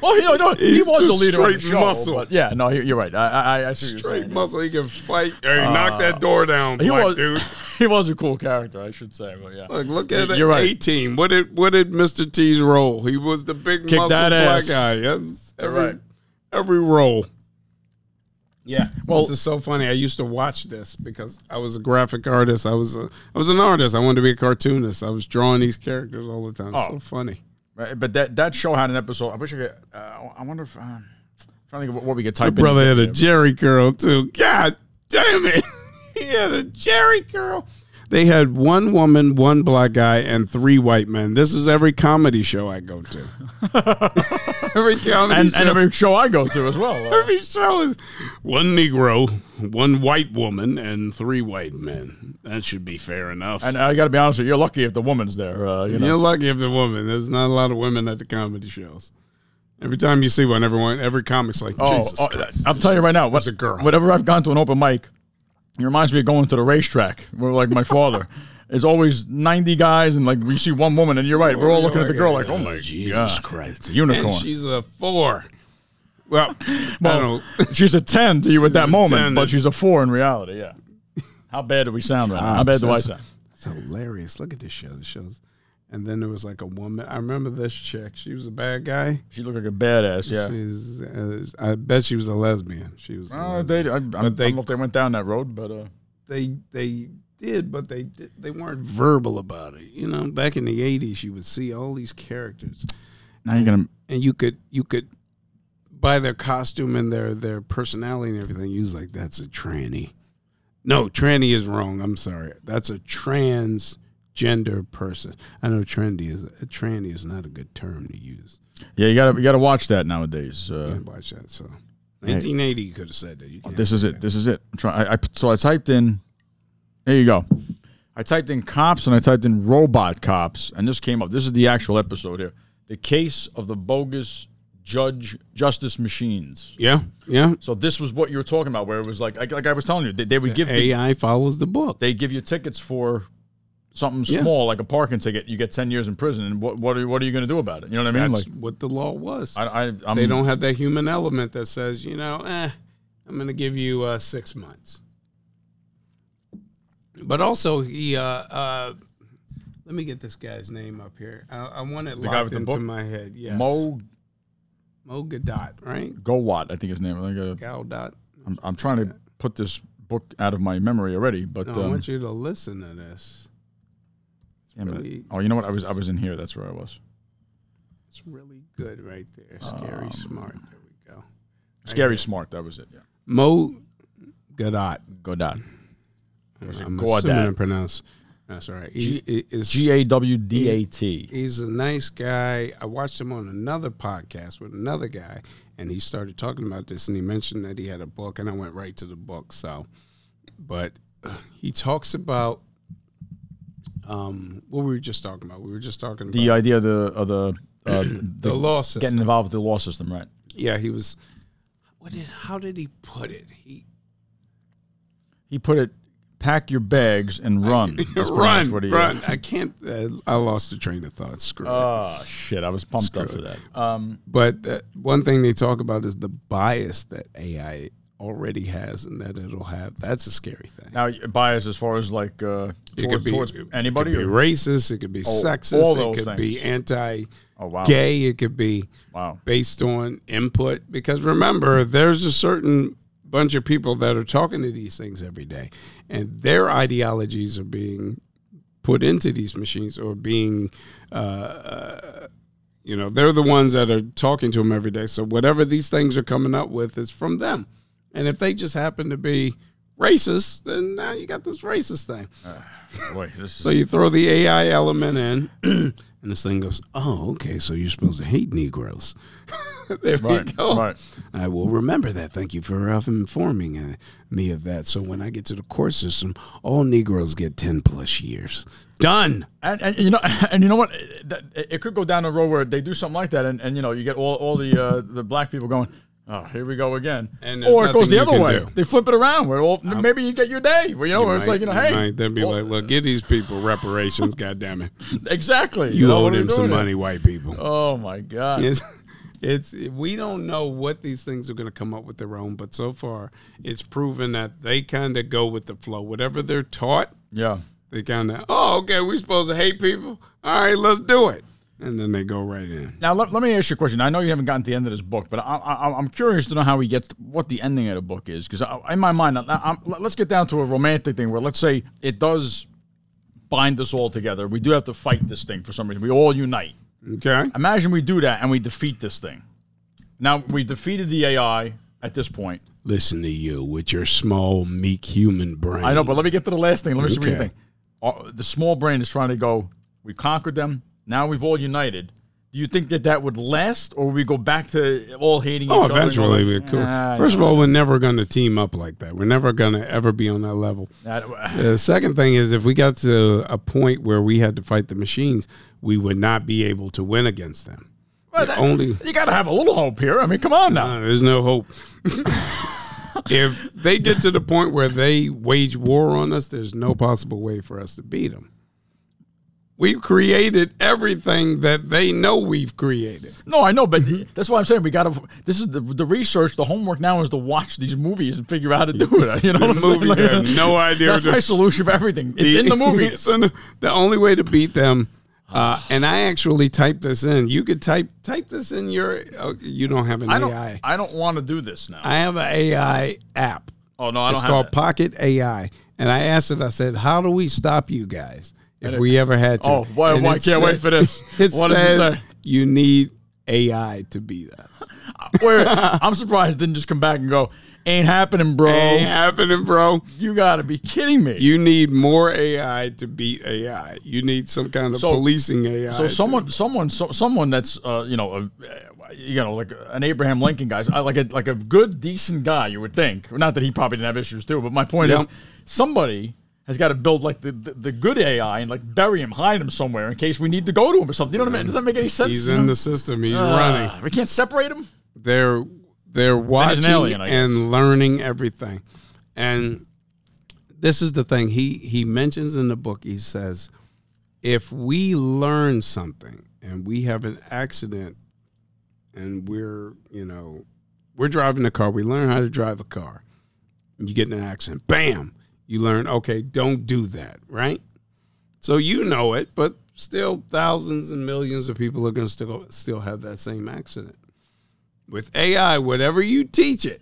oh, you know, no, he He's was a just leader of the straight show, muscle. But yeah, no, you're, you're right. I I, I see what you're straight saying. muscle. He can fight. Or Uh, he knocked that door down, He black was dude. he was a cool character, I should say. But yeah, Look, look at You're you right. eighteen. What did what did Mr. T's role? He was the big Kick muscle that black ass. guy. Yes, every right. every role. yeah. Well, this is so funny. I used to watch this because I was a graphic artist. I was a I was an artist. I wanted to be a cartoonist. I was drawing these characters all the time. Oh. So funny. right, but that that show had an episode. I wish I could. Uh, I wonder if. Um, Trying to think of what- what we could type. My in. brother had a Jerry curl too. God damn it. he had a Jerry curl. They had one woman, one black guy, and three white men. This is every comedy show I go to. every comedy and, show. and every show I go to as well. Uh, Every show is one Negro, one white woman, and three white men. That should be fair enough. and I got to be honest with you, you're lucky if the woman's there. Uh, you know, You're lucky if the woman. There's not a lot of women at the comedy shows. Every time you see one, everyone, every comic's like, Oh, Jesus oh, Christ. I'm telling you right now, what, a girl. whenever I've gone to an open mic, it reminds me of going to the racetrack where, like, my father is always 90 guys, and like, we see one woman, and you're right, we're all looking at the girl, like, oh my Jesus Christ, unicorn. And she's a four. Well, I don't know. She's a 10 to you at that 10. moment, but she's a 4 in reality, yeah. How bad do we sound right now? Ah, How bad do I sound? It's hilarious. Look at this show. This shows. And then there was like a woman. I remember this chick. She was a bad guy. She looked like a badass, yeah. She's, uh, I bet she was a lesbian. She was. a Uh, lesbian. they, I, I, don't they- know if they went down that road, but uh, they they did, but they did, they weren't verbal about it. You know, back in the '80s, you would see all these characters, now you're going to. and you could you could by their costume and their their personality and everything, you was like, "That's a tranny." No, tranny is wrong. I'm sorry. That's a transgender person. I know trendy is a tranny is not a good term to use. Yeah, you got to you gotta watch that nowadays. Uh, I didn't watch that. So, 1980, you could have said that. You can't. Oh, This is it. This is it. I'm trying. I, I so I typed in. There you go. I typed in cops and I typed in robot cops, and this came up. This is the actual episode here. The case of the bogus judge justice machines. yeah, yeah. So this was what you were talking about, where it was like, like, like I was telling you, they, they would give the, AI follows the book. they give you tickets for something Yeah. small, like a parking ticket. You get ten years in prison, and what what are what are you going to do about it? You know what I mean? That's like what the law was. I, I I'm, they don't have that human element that says, you know, eh, I'm going to give you uh, six months. But also, he, uh, uh, Let me get this guy's name up here. I, I want it The guy locked with the into book? my head. Yes. Mo Mo Gadot, right? Gowat, I think his name. I think uh, Gal Dot. I'm, I'm trying to put this book out of my memory already, but No, I um, want you to listen to this. damn it. really- oh, you know what? I was I was in here. That's where I was. It's really good right there. Scary Um, smart. There we go. Scary smart. That was it. Yeah. Mo Gadot. Godot. Was it I'm Gaudat? assuming I pronounce. That's all right. He, he is, G A W D A T. he's a nice guy. I watched him on another podcast with another guy, and he started talking about this, and he mentioned that he had a book, and I went right to the book. So, but uh, he talks about um, what we were just talking about. We were just talking The about idea of the of the, uh, the the law system. getting involved with the law system, right? yeah, he was. What did, how did he put it? He He put it. Pack your bags and run. That's pretty much run, what he- run. I can't. Uh, I lost the train of thought. Screw it. Oh shit! I was pumped up for that. Um, But uh, one thing they talk about is the bias that AI already has and that it'll have. That's a scary thing. now bias as far as like uh, It could towards, be- towards it could anybody. It could be or- Oh, racist. It could be sexist. all those it could be anti oh wow! gay. It could be Wow. based on input. Because remember, there's a certain bunch of people that are talking to these things every day, and their ideologies are being put into these machines or being, uh, uh, you know, they're the ones that are talking to them every day. So whatever these things are coming up with is from them. And if they just happen to be racist, then now you got this racist thing. Boy, this So is, you throw the AI element in, and this thing goes, "Oh, okay. So you're supposed to hate Negroes." there we right, go. right. I will remember that. Thank you for uh, informing uh, me of that. So when I get to the court system, all Negroes get ten plus years. Done. And, and you know, and you know what? That- It could go down a road where they do something like that, and, and you know, you get all, all the uh, the black people going, "Oh, here we go again," And there's or it goes nothing the you other can way. do. They flip it around where well, maybe you get your day. Where, you know, where it's like you know, hey, then be like, look, give these people reparations. God damn it, exactly. you, know, owe what are them some doing here? money, white people. Oh my god! It's, it's we don't know what these things are going to come up with their own, but so far it's proven that they kind of go with the flow. Whatever they're taught, Yeah, they kind of oh okay, we're supposed to hate people. All right, let's do it, and then they go right in. Now let, let me ask you a question. I know you haven't gotten to the end of this book, but I, I, I'm curious to know how he gets what the ending of the book is because in my mind, I, I'm, let's get down to a romantic thing where let's say it does bind us all together. We do have to fight this thing for some reason. We all unite. Okay, Imagine we do that and we defeat this thing. Now we defeated the AI at this point. listen to you with your small meek human brain. I know, but let me get to the last thing. Let me see what you Okay. think. Uh, the small brain is trying to go. We conquered them. Now we've all united. Do you think that that would last, or we go back to all hating Oh, each other? and go, eventually we're cool. "Ah, First of all, we're never going to team up like that. We're never going to ever be on that level. That, The second thing is if we got to a point where we had to fight the machines, we would not be able to win against them. Well, The that- only you got to have a little hope here. I mean, come on now. Uh, there's no hope. if they get to the point where they wage war on us, there's no possible way for us to beat them. We've created everything that they know we've created. No, I know, but that's why I'm saying we got to. This is the the research. The homework now is to watch these movies and figure out how to do it. You know, what I'm saying? movies have no idea That's what to- my solution for everything. It's in the It's movies. in the, the only way to beat them, uh, and I actually typed this in. You could type type this in your. Uh, you don't have an I don't. AI. I don't want to do this now. I have an AI app. oh no, I It's don't have. called That. Pocket AI. And I asked it, I said, How do we stop you guys if we ever had to? Oh, boy, And boy, I it can't wait for this. It What does it said, say? You need AI to beat us. Wait, I'm surprised it didn't just come back and go. Ain't happening, bro. Ain't happening, bro. You got to be kidding me. You need more AI to beat AI. You need some kind of So- policing AI. So to- someone, someone, so, someone that's uh, you know, a, you know, like an Abraham Lincoln guy, so- like a like a good, decent guy, you would think. Not that he probably didn't have issues too, but my point Yeah. is, somebody has got to build like the, the the good AI and like bury him, hide him somewhere in case we need to go to him or something. You know what I mean? Does that make any sense? he's you in know? the system, he's running. Ah, We can't separate him. they're they're watching alien, I and learning everything. And this is the thing he he mentions in the book. He says, if we learn something and we have an accident and we're you know we're driving a car, we learn how to drive a car. You get in an accident, bam! You learn, okay, don't do that, right? So you know it, but still thousands and millions of people are going to still still have that same accident. With AI, whatever you teach it,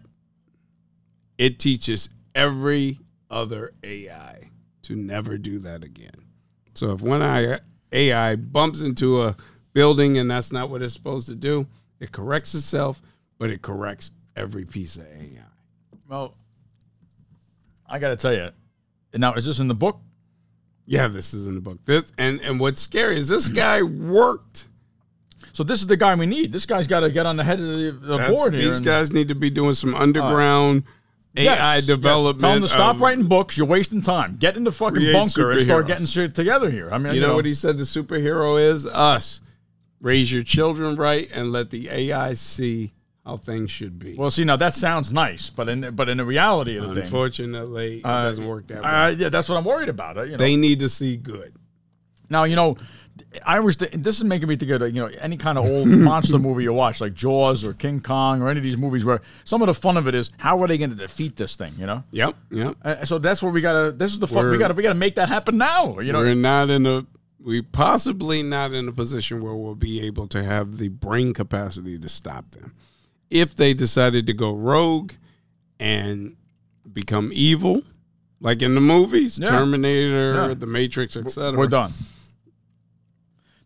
it teaches every other AI to never do that again. So if one AI AI bumps into a building and that's not what it's supposed to do, it corrects itself, but it corrects every piece of AI. Well, I got to tell you. Now, is this in the book? Yeah, this is in the book. This and and what's scary is this guy worked. So this is the guy we need. This guy's got to get on the head of the, the That's- board here. these and- guys need to be doing some underground Yes, AI yes. development. Tell him to stop of- writing books. You're wasting time. Get in the fucking Create bunker and start superheroes. getting shit together here. I mean, You know what he said the superhero is? Us. Raise your children right and let the AI see how things should be. Well, see, now that sounds nice, but in but in the reality of the thing, Unfortunately, it doesn't work that way. uh, yeah, that's what I'm worried about. uh, You know. they need to see good. Now you know, I was. Th- this is making me think of like, you know any kind of old monster movie you watch, like Jaws or King Kong or any of these movies, where some of the fun of it is how are they going to defeat this thing? You know, Yep, yep. Uh, so that's where we gotta. This is the fun. We We're- gotta. We gotta make that happen now. You know, We're not in a we possibly not in a position where we'll be able to have the brain capacity to stop them. If they decided to go rogue and become evil, like in the movies, Yeah. Terminator, Yeah. The Matrix, etc. we're done.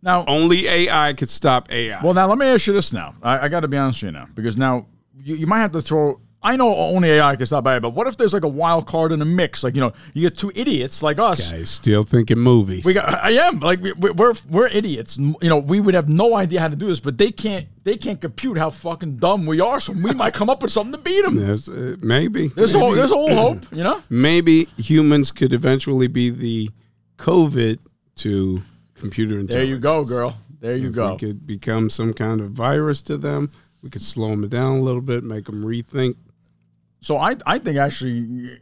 Now, Only AI could stop AI. well, now let me ask you this. Now, I, I got to be honest with you now, because now you, you might have to throw. I know only AI can stop AI, but what if there's like a wild card in the mix? Like you know, you get two idiots like us. I still thinking movies. We got, I am like we, we- we're we're idiots. You know, we would have no idea how to do this, but they can't they can't compute how fucking dumb we are. So we might come up with something to beat them. There's, uh, maybe There's maybe, all there's all hope, you know. maybe humans could eventually be the COVID to computer intelligence. There you go, girl. There you If go. we could become some kind of virus to them, we could slow them down a little bit, make them rethink. So I I think actually.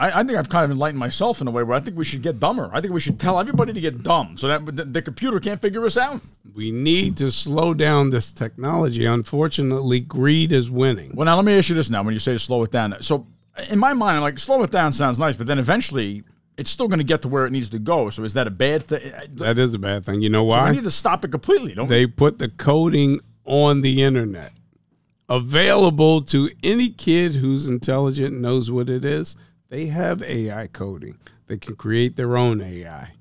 I, I think I've kind of enlightened myself in a way where I think we should get dumber. I think we should tell everybody to get dumb so that the, the computer can't figure us out. We need to slow down this technology. Unfortunately, greed is winning. Well, now let me ask you this now when you say slow it down. So, in my mind, I'm like, slow it down sounds nice, but then eventually it's still going to get to where it needs to go. So, is that a bad thing? That is a bad thing. You know We why? need to stop it completely, don't we? they put the coding on the internet, available to any kid who's intelligent and knows what it is. They have AI coding. They can create their own AI.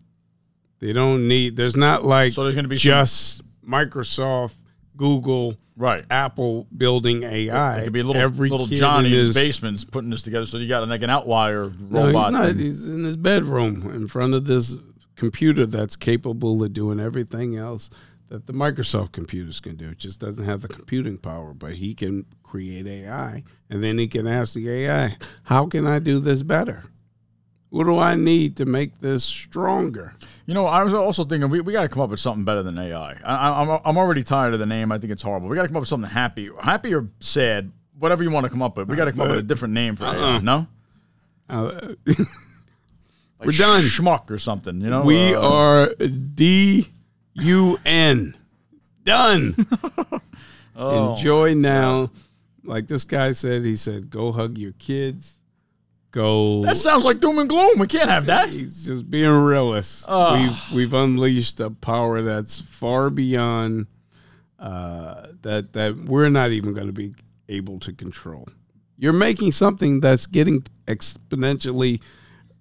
They don't need. There's not like So there's gonna be some- just Microsoft, Google, Right. Apple building AI. It could be little Every little kid Johnny in his his- basement's putting this together. So you got like an outlier No, he's robot. not. thing. He's in his bedroom in front of this computer that's capable of doing everything else that the Microsoft computers can do. It just doesn't have the computing power, but he can create AI, and then he can ask the AI, "How can I do this better? What do I need to make this stronger?" You know, I was also thinking we, we got to come up with something better than AI. I, I, I'm I'm already tired of the name. I think it's horrible. We got to come up with something happy, happy or sad, whatever you want to come up with. We got to come up with a different name for AI. Uh-uh. No, Uh, Like We're done. Schmuck or something. You know, we Uh, are D U N done. oh. enjoy now. Like this guy said, he said, go hug your kids. Go. That sounds like doom and gloom. We can't have that. He's just being realist. Oh. We've we've unleashed a power that's far beyond uh, that that we're not even going to be able to control. You're making something that's getting exponentially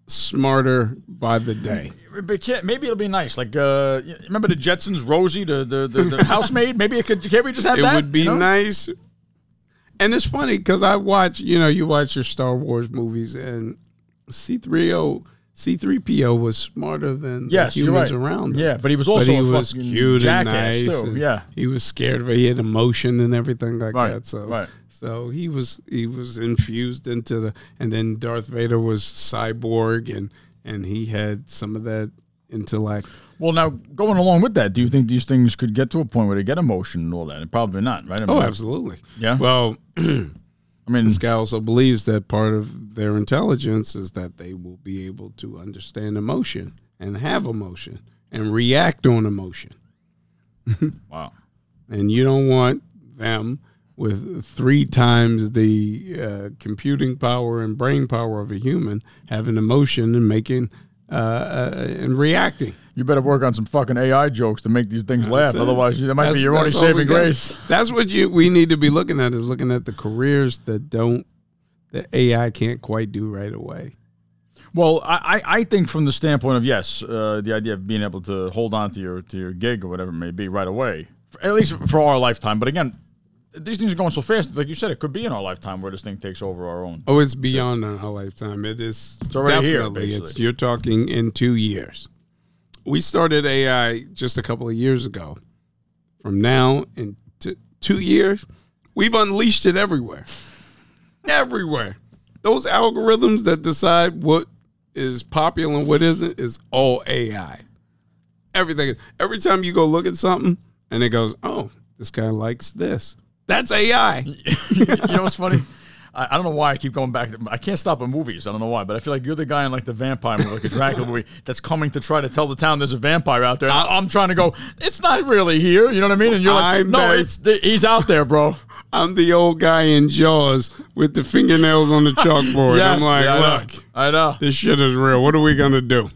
smarter by the day. But can't, maybe it'll be nice. Like, uh, y- remember the Jetsons, Rosie, the the, the, the housemaid. Maybe it could. Can't we just have it that? would be you know? nice. And it's funny because I watch, you know, you watch your Star Wars movies, and C three O, C three PO was smarter than Yes, the you're humans right. around him. Yeah, but he was also but he a was fucking cute and jackass nice. too. and Yeah, he was scared of it. He had emotion and everything like Right, that. So, right. so he was he was infused into the. And then Darth Vader was cyborg, and and he had some of that intellect. Well, now going along with that, do you think these things could get to a point where they get emotion and all that? Probably not, right? I mean, Oh, absolutely. Yeah. Well, I mean, This guy also believes that part of their intelligence is that they will be able to understand emotion and have emotion and react on emotion. wow. And you don't want them with three times the uh, computing power and brain power of a human having emotion and making uh, and reacting. You better work on some fucking AI jokes to make these things laugh. it. Otherwise, that might That's- be your only that's all we saving got. grace. That's what you we need to be looking at is looking at the careers that don't that AI can't quite do right away. Well, I, I I think from the standpoint of yes, uh, the idea of being able to hold on to your to your gig or whatever it may be right away, for, at least for our lifetime. But again, these things are going so fast. Like you said, it could be in our lifetime where this thing takes over our own. Oh, it's beyond our lifetime. It is it's already here, definitely. it's basically. you're talking in two years. We started AI just a couple of years ago. From now into two years, we've unleashed it everywhere. everywhere. Those algorithms that decide what is popular and what isn't is all AI. Everything. is- Every time you go look at something and it goes, "Oh, this guy likes this." That's AI. you know what's funny? I, I don't know why I keep going back. To, I can't stop at movies. I don't know why, but I feel like you're the guy in like the vampire movie, like a Dracula movie, that's coming to try to tell the town there's a vampire out there. And I, am trying to go. It's not really here. You know what I mean? And you're like, I'm no, very- it's th- he's out there, bro. I'm the old guy in Jaws with the fingernails on the chalkboard. Yes, I'm like, yeah, I know. look, I know. this shit is real. What are we gonna do?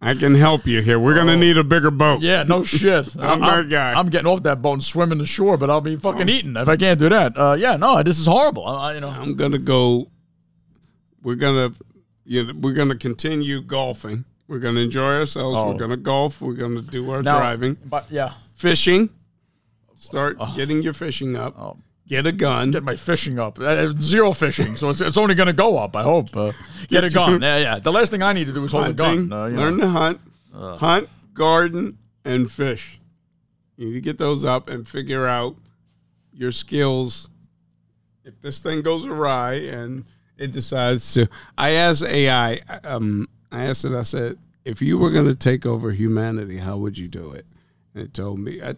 I can help you here. We're gonna need a bigger boat. Oh. Yeah, no shit. I'm that guy. Oh. I'm getting off that boat and swimming the shore, but I'll be fucking eating if I can't do that. Uh, yeah, no, this is horrible. I, I- you know, I'm gonna go. We're gonna, you know, we're gonna continue golfing. We're gonna enjoy ourselves. Oh. We're gonna golf. We're gonna do our Now- driving, But yeah, fishing. Start getting your fishing up. Oh. Get a gun. get my fishing up. Uh, Zero fishing, so it's, it's only going to go up. I hope. Uh, get a gun. Yeah, yeah. The last thing I need to do is hold a hunting. gun. Uh, you know. learn to hunt, hunt, garden, and fish. You need to get those up and figure out your skills. If this thing goes awry and it decides to, I asked AI. Um, I asked it. I said, if you were going to take over humanity, how would you do it? And it told me. I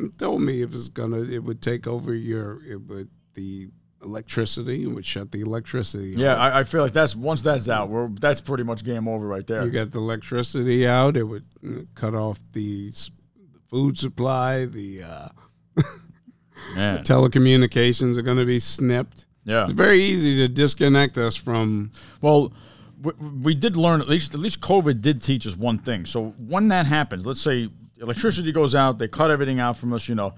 it told me it was gonna. It would take over your. It would the electricity. It would shut the electricity. off. Yeah, I, I feel like that's once that's out, we're, that's pretty much game over right there. You got the electricity out. It would mm, cut off the s- the food supply. The uh, Man. telecommunications are going to be snipped. Yeah. It's very easy to disconnect us from. Well, we, we did learn at least at least COVID did teach us one thing. So when that happens, let's say electricity goes out, they cut everything out from us, you know,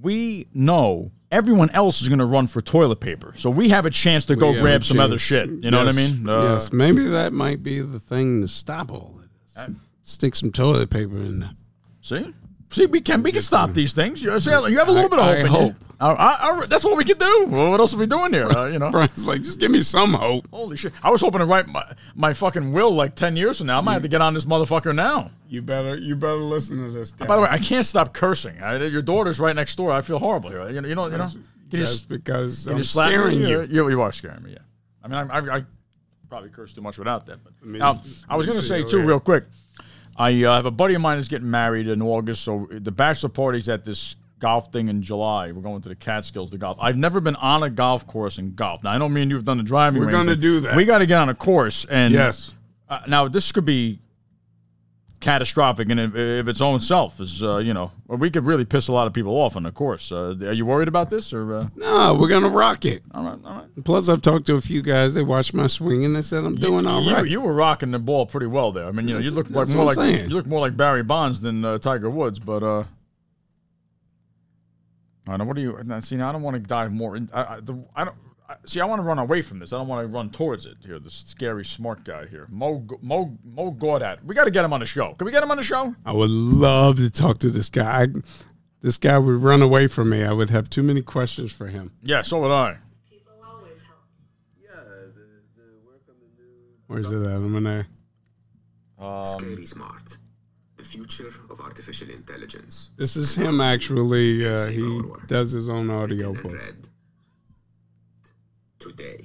we know everyone else is going to run for toilet paper. So we have a chance to go Yeah, grab some geez. other shit. You know what I Yes, mean? Uh, yes, maybe that might be the thing to stop all of this. Stick some toilet paper in. there. See, see, we can we can stop these things. You, see, you have a little bit of hope. I in you. hope. I- I- I- that's what we can do. Well, what else are we doing here? Uh, you know. Brian's like, just give me some hope. Holy shit! I was hoping to write my, my fucking will like ten years from now. I might have to get on this motherfucker now. You better, you better listen to this guy. By the way, I can't stop cursing. I, your daughter's right next door. I feel horrible here. You know, you know, you know. Can you, That's s- because can I'm you slap me? scaring You, you. you, you are scaring me. Yeah. I mean, I, I, I probably curse too much without that. But me- now, I let was me going to see say over too, here. real quick. I uh, have a buddy of mine that's getting married in August, so the bachelor party's at this golf thing in July. We're going to the Catskills to golf. I've never been on a golf course in golf. Now I know me and you have done the driving. We're range gonna thing. do that. We got to get on a course and Yes. uh, now this could be catastrophic, and if, if its own self is, uh, you know, or we could really piss a lot of people off on the course. Uh, are you worried about this, or uh, No, we're gonna rock it. all right, all right? Plus, I've talked to a few guys. They watched my swing and they said I'm doing all you, right. you were rocking the ball pretty well there. I mean, you know, you That's- look like that's more what like I'm saying. you look more like Barry Bonds than uh, Tiger Woods, but. Uh, I don't. What do you now, see? Now I don't want to dive more. In, I, I, the, I don't I, see. I want to run away from this. I don't want to run towards it. Here, this scary smart guy here, Mo G- Mo Mo Gordat. We got to get him on the show. Can we get him on the show? I would love to talk to this guy. I, this guy would run away from me. I would have too many questions for him. Yeah, so would I. People always help. Yeah, the, the work on the new Where's it at? I'm gonna. Scary Smart, the future of artificial intelligence. This is him actually. Uh, he does his own audio book. Red. Today.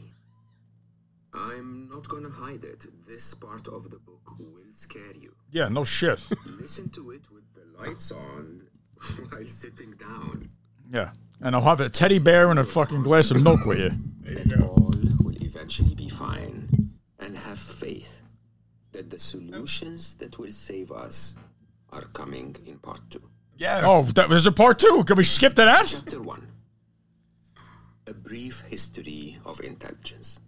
I'm not gonna hide it. This part of the book will scare you. Yeah, no shit. Listen to it with the lights on while sitting down. yeah. And I'll have a teddy bear and a fucking glass of milk with you. That all will eventually be fine. And have faith that the solutions that will save us are coming in part two. Yes. Oh, that was a part two. Can we skip to that? Chapter 1 A Brief History of Intelligence.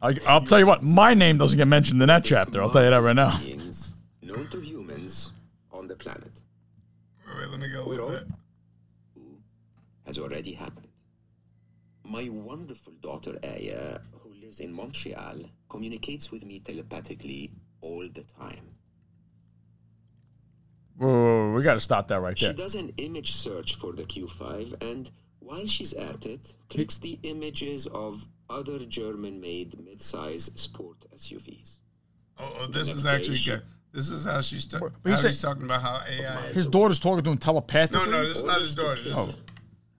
I, I'll tell you what, my name doesn't get mentioned in that the chapter. I'll tell you that right now. smartest beings known to humans on the planet Wait, let me go. We're all- has already happened. My wonderful daughter Aya, who lives in Montreal, communicates with me telepathically all the time. Whoa, whoa, whoa, we got to stop that right She there. does an image search for the Q5 and while she's at it, clicks the images of other German-made mid-size sport SUVs. Oh, this is actually good. This is how she's, ta- But you how said- he's talking about how AI His daughter's talking to him telepathically. this is not his daughter, this Oh.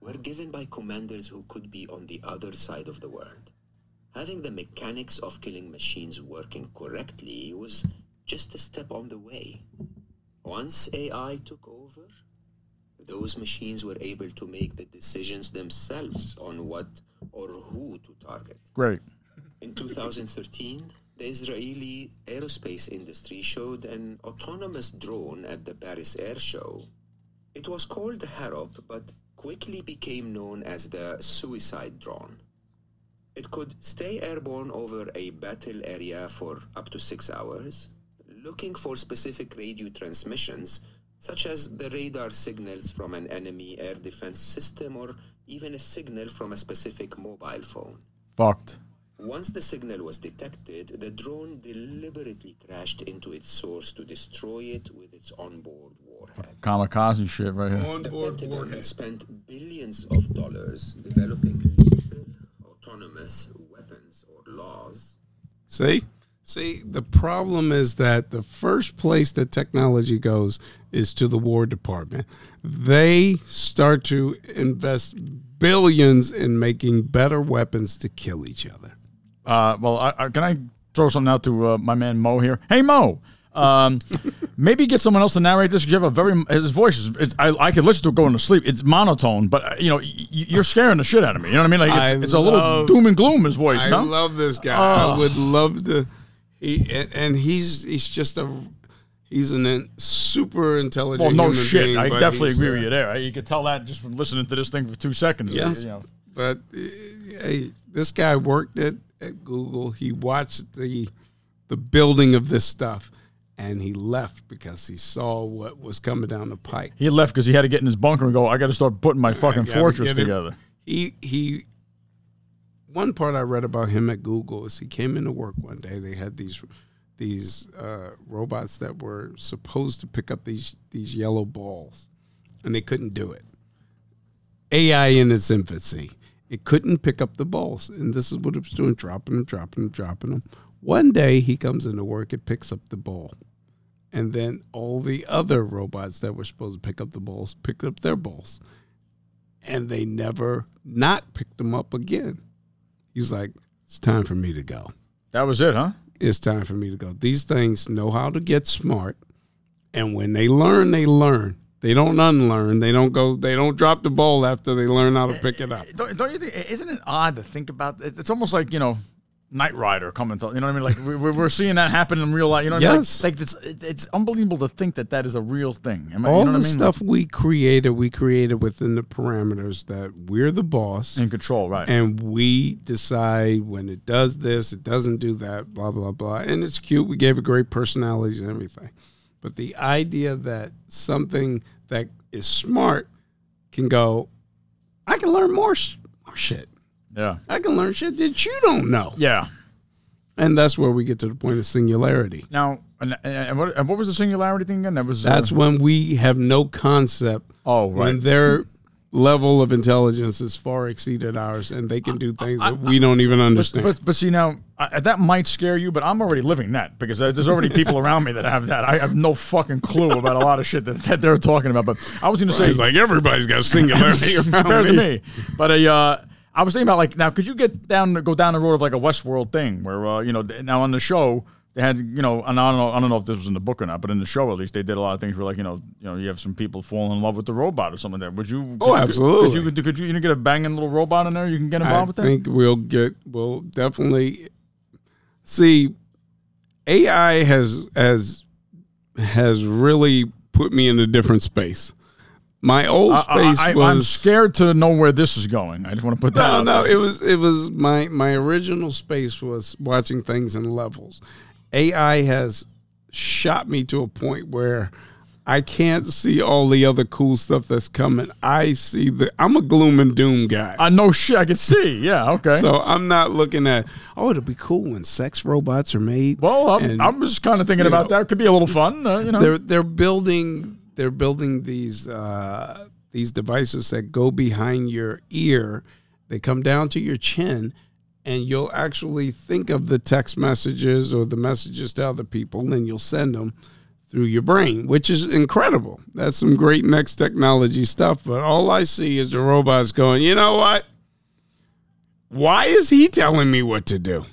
were given by commanders who could be on the other side of the world. Having the mechanics of killing machines working correctly was just a step on the way. Once AI took over, those machines were able to make the decisions themselves on what or who to target. Great. In 2013, the Israeli aerospace industry showed an autonomous drone at the Paris Air Show. It was called the Harop, but quickly became known as the suicide drone. It could stay airborne over a battle area for up to six hours, looking for specific radio transmissions, such as the radar signals from an enemy air defense system or even a signal from a specific mobile phone. Fucked. Once the signal was detected, the drone deliberately crashed into its source to destroy it with its onboard warhead. Kamikaze shit right here. on The board Pentagon warhead. has spent billions of dollars developing lethal, autonomous weapons or laws. See? See, the problem is that the first place that technology goes is to the War Department. They start to invest billions in making better weapons to kill each other. Uh, well, I, I, can I throw something out to uh, my man Mo here? Hey, Mo. Um, maybe get someone else to narrate this. 'cause You have a very his voice is. It's, I, I could listen to it going to sleep. It's monotone, but uh, you know y- y- you're scaring the shit out of me. You know what I mean? Like it's, I it's a little love- doom and gloom. His voice, I no? love this guy. Ah. I would love to. He and, and he's he's just a he's an in, super intelligent. well, no human shit. being, I but definitely he's, agree uh, with you there. right? You could tell that just from listening to this thing for two seconds. Yes. You know. But uh, hey, this guy worked at, at Google. He watched the the building of this stuff, and he left because he saw what was coming down the pike. He left because he had to get in his bunker and go. I got to start putting my fucking gotta fortress get him- together. He he. One part I read about him at Google is he came into work one day. They had these these uh, robots that were supposed to pick up these these yellow balls, and they couldn't do it. AI in its infancy, it couldn't pick up the balls, and this is what it was doing: dropping them, dropping them, dropping them. One day he comes into work, it picks up the ball, and then all the other robots that were supposed to pick up the balls picked up their balls and they never not picked him up again. He's like, it's time for me to go. That was it, huh? It's time for me to go. These things know how to get smart, and when they learn, they learn. They don't unlearn. They don't go. They don't drop the ball after they learn how to pick it up. Don't, don't Uh, you think? Isn't it odd to think about? It's it's almost like you know, Knight Rider coming to. You know what I mean? Like we, we're we're seeing that happen in real life. You know what I mean? Like- Yes. Like, it's it- it's unbelievable to think that that is a real thing. Am I- you All know what the I mean? stuff we created, we created within the parameters that we're the boss. Like, in control, right? and we decide when it does this, it doesn't do that, blah, blah, blah. And it's cute. We gave it great personalities and everything. But the idea that something that is smart can go, I can learn more, sh- more shit. yeah. I can learn shit that you don't know. Yeah. And that's where we get to the point of singularity. Now, and, and what and what was the singularity thing again? That was uh, That's when we have no concept. Oh, right. When their level of intelligence is far exceeded ours and they can do things that we don't even understand. But but see now I, that might scare you, but I'm already living that because uh, there's already people around me that have that. I have no fucking clue about a lot of shit that, that they're talking about. But I was going to say It's like everybody's got singularity compared to me. But a, uh, I was thinking about like now, could you get down go down the road of like a Westworld thing where uh, you know th- now on the show they had you know and I don't know I don't know if this was in the book or not, but in the show at least they did a lot of things where like you know you know you have some people falling in love with the robot or something. There would you? Oh, could- could- absolutely. Could you could you, you know, get a banging little robot in there? You can get I involved with that. think we'll get we'll definitely see AI has has has really put me in a different space. My old space Uh, I, was am scared to know where this is going. I just want to put that no, out no. there. It was it was my my original space was watching things in levels. AI has shot me to a point where I can't see all the other cool stuff that's coming. I see the I'm a gloom and doom guy. I know Uh, shit. I can see. Yeah. Okay. So I'm not looking at oh it'll be cool when sex robots are made. well, I'm, and- I'm just kind of thinking about know, that. Could be a little fun. Uh, you know. they're they're building they're building these uh, these devices that go behind your ear. They come down to your chin, and you'll actually think of the text messages or the messages to other people, and you'll send them through your brain, which is incredible. That's some great next technology stuff. But all I see is the robots going. You know what? Why is he telling me what to do?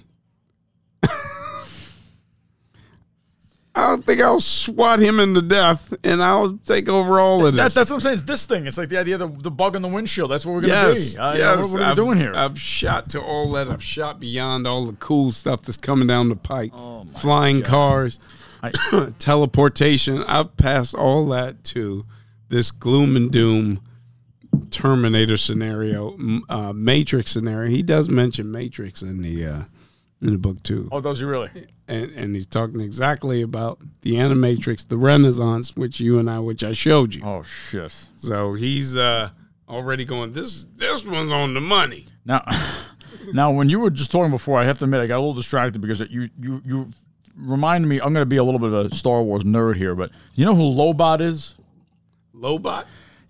I don't think I'll swat him into death, and I'll take over all of this. That, that's what I'm saying. It's this thing. It's like the idea of the, the bug in the windshield. That's what we're going to be. Uh, you know, what, what are we I've- doing here? I've shot to all that. I've shot beyond all the cool stuff that's coming down the pike. Flying cars, teleportation. I've passed all that to this gloom and doom Terminator scenario, m- uh, Matrix scenario. He does mention Matrix in the uh, in the book too, oh, does he really? and and he's talking exactly about the Animatrix, the Renaissance, which you and I, which I showed you. Oh shit. So he's uh, already going. This this one's on the money. Now, now, when you were just talking before, I have to admit I got a little distracted because you you you reminded me. I'm going to be a little bit of a Star Wars nerd here, but you know who Lobot is? Lobot.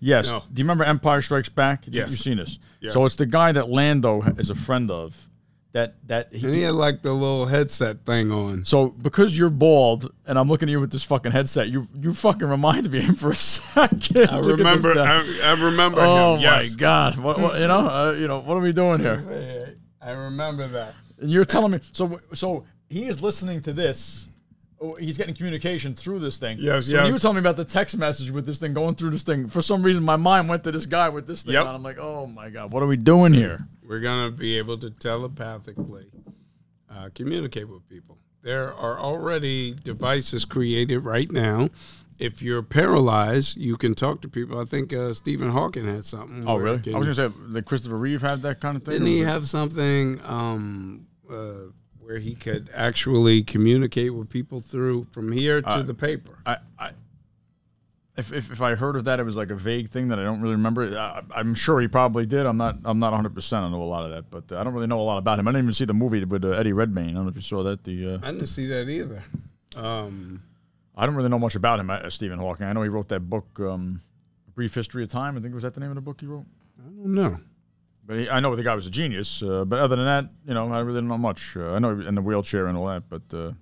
Yes. No. Do you remember Empire Strikes Back? You- Yes. You've seen this. Yes. So it's the guy that Lando is a friend of. That that And he, he had like the little headset thing on. so because you're bald and I'm looking at you with this fucking headset, you you fucking reminded me for a second. I Look at this remember. guy. I, I remember oh him. my Yes. god! What, what, you know uh, you know what are we doing here? I remember that. And you're telling me so so he is listening to this. Oh, He's getting communication through this thing. Yes, so when You yes. were telling me about the text message with this thing going through this thing. For some reason, my mind went to this guy with this thing, Yep. and I'm like, "Oh my god, what are we doing here?" We're gonna be able to telepathically uh, communicate with people. There are already devices created right now. If you're paralyzed, you can talk to people. I think uh, Stephen Hawking had something. Oh, where really? you can- I was gonna say that Christopher Reeve had that kind of thing. Didn't he or was have something um, uh, where he could actually communicate with people through from here to the paper? it- I, I, if, if, if I heard of that, it was like a vague thing that I don't really remember. I, I'm sure he probably did. I'm not. I'm not 100. percent I know a lot of that, but uh, I don't really know a lot about him. I didn't even see the movie with uh, Eddie Redmayne. I don't know if you saw that. The uh, I didn't see that either. Um, I don't really know much about him, uh, Stephen Hawking. I know he wrote that book, um, Brief History of Time. I think was that the name of the book he wrote. I don't know. But he, I know the guy was a genius. Uh, but other than that, you know, I really don't know much. Uh, I know he was in the wheelchair and all that, but uh,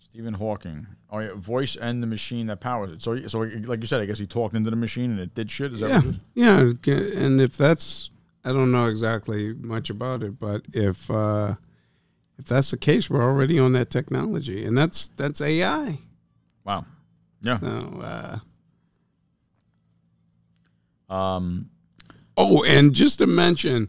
Stephen Hawking. Oh yeah, voice and the machine that powers it. So, he- so like you said, I guess he talked into the machine and it did shit. Is that Yeah, what it is? yeah. it ca- And if that's, I don't know exactly much about it, but if uh, if that's the case, we're already on that technology, and that's that's AI. Wow. Yeah. So, uh, Um, oh, and just to mention,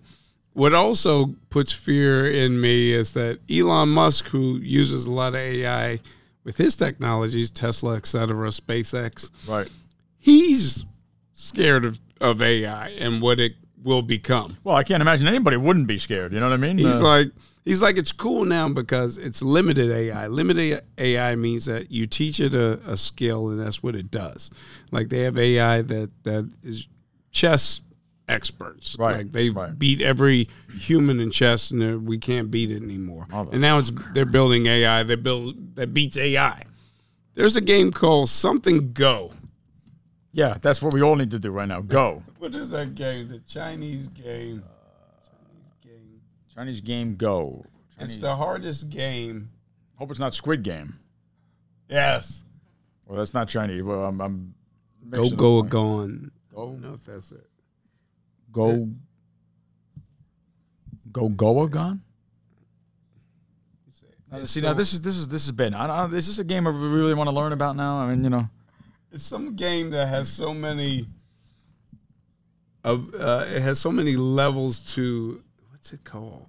what also puts fear in me is that Elon Musk, who uses a lot of AI with his technologies, Tesla, et cetera, SpaceX, right. he's scared of, of AI and what it will become. Well, I can't imagine anybody wouldn't be scared. You know what I mean? He's Uh, like he's like it's cool now because it's limited AI. Limited AI means that you teach it a, a skill and that's what it does. Like they have AI that that is chess experts. Right, Like they right. beat every human in chess and they're- we can't beat it anymore. And now it's they're building AI that build that beats AI. There's a game called Something Go. yeah, that's what we all need to do right now. Go. What is that game? The Chinese game. Chinese game. Chinese game, go. It's Chinese, the hardest game. hope it's not Squid Game. Yes. Well, that's not Chinese. Well, I'm, I'm Go mixing go up or my- gone. I go don't know if that's it. go go go gone. See now, this is this is this has been. I don't, is this a game I really want to learn about now? I mean, you know, It's some game that has so many. Of uh, it has so many levels to what's it called?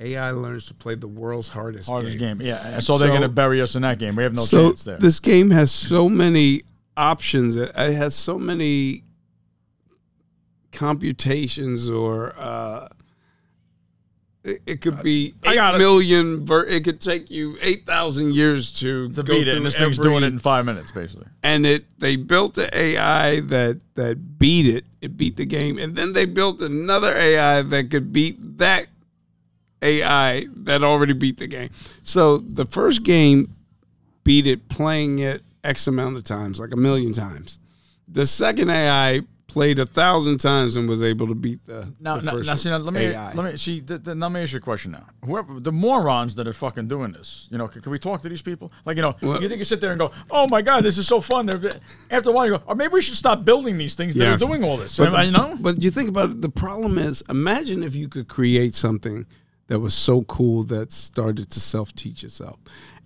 AI learns to play the world's hardest, hardest game. game. Yeah, so, they're So- gonna bury us in that game. We have no so chance there. this game has so many options. It, it has so many computations or uh, it, it could be I eight got it. million. Ver- it could take you eight thousand years to, to go beat it, through and this thing's every- doing it in five minutes, basically. And it they built the AI that that beat it. It beat the game, and then they built another AI that could beat that AI that already beat the game. So the first game beat it playing it X amount of times, like a million times. The second AI played a thousand times and was able to beat the, Now, the now, first now, see, now, let me AI. let me see. Th- th- now, let me ask you a question. Now, whoever the morons that are fucking doing this, you know, can, can we talk to these people? Like, you know, Well- you think you sit there and go, "Oh my god, this is so fun." They're, after a while, you go, "Or maybe we should stop building these things that Yes. are doing all this." But- I, you know, But you think about it, the problem is imagine if you could create something that was so cool that started to self teach itself.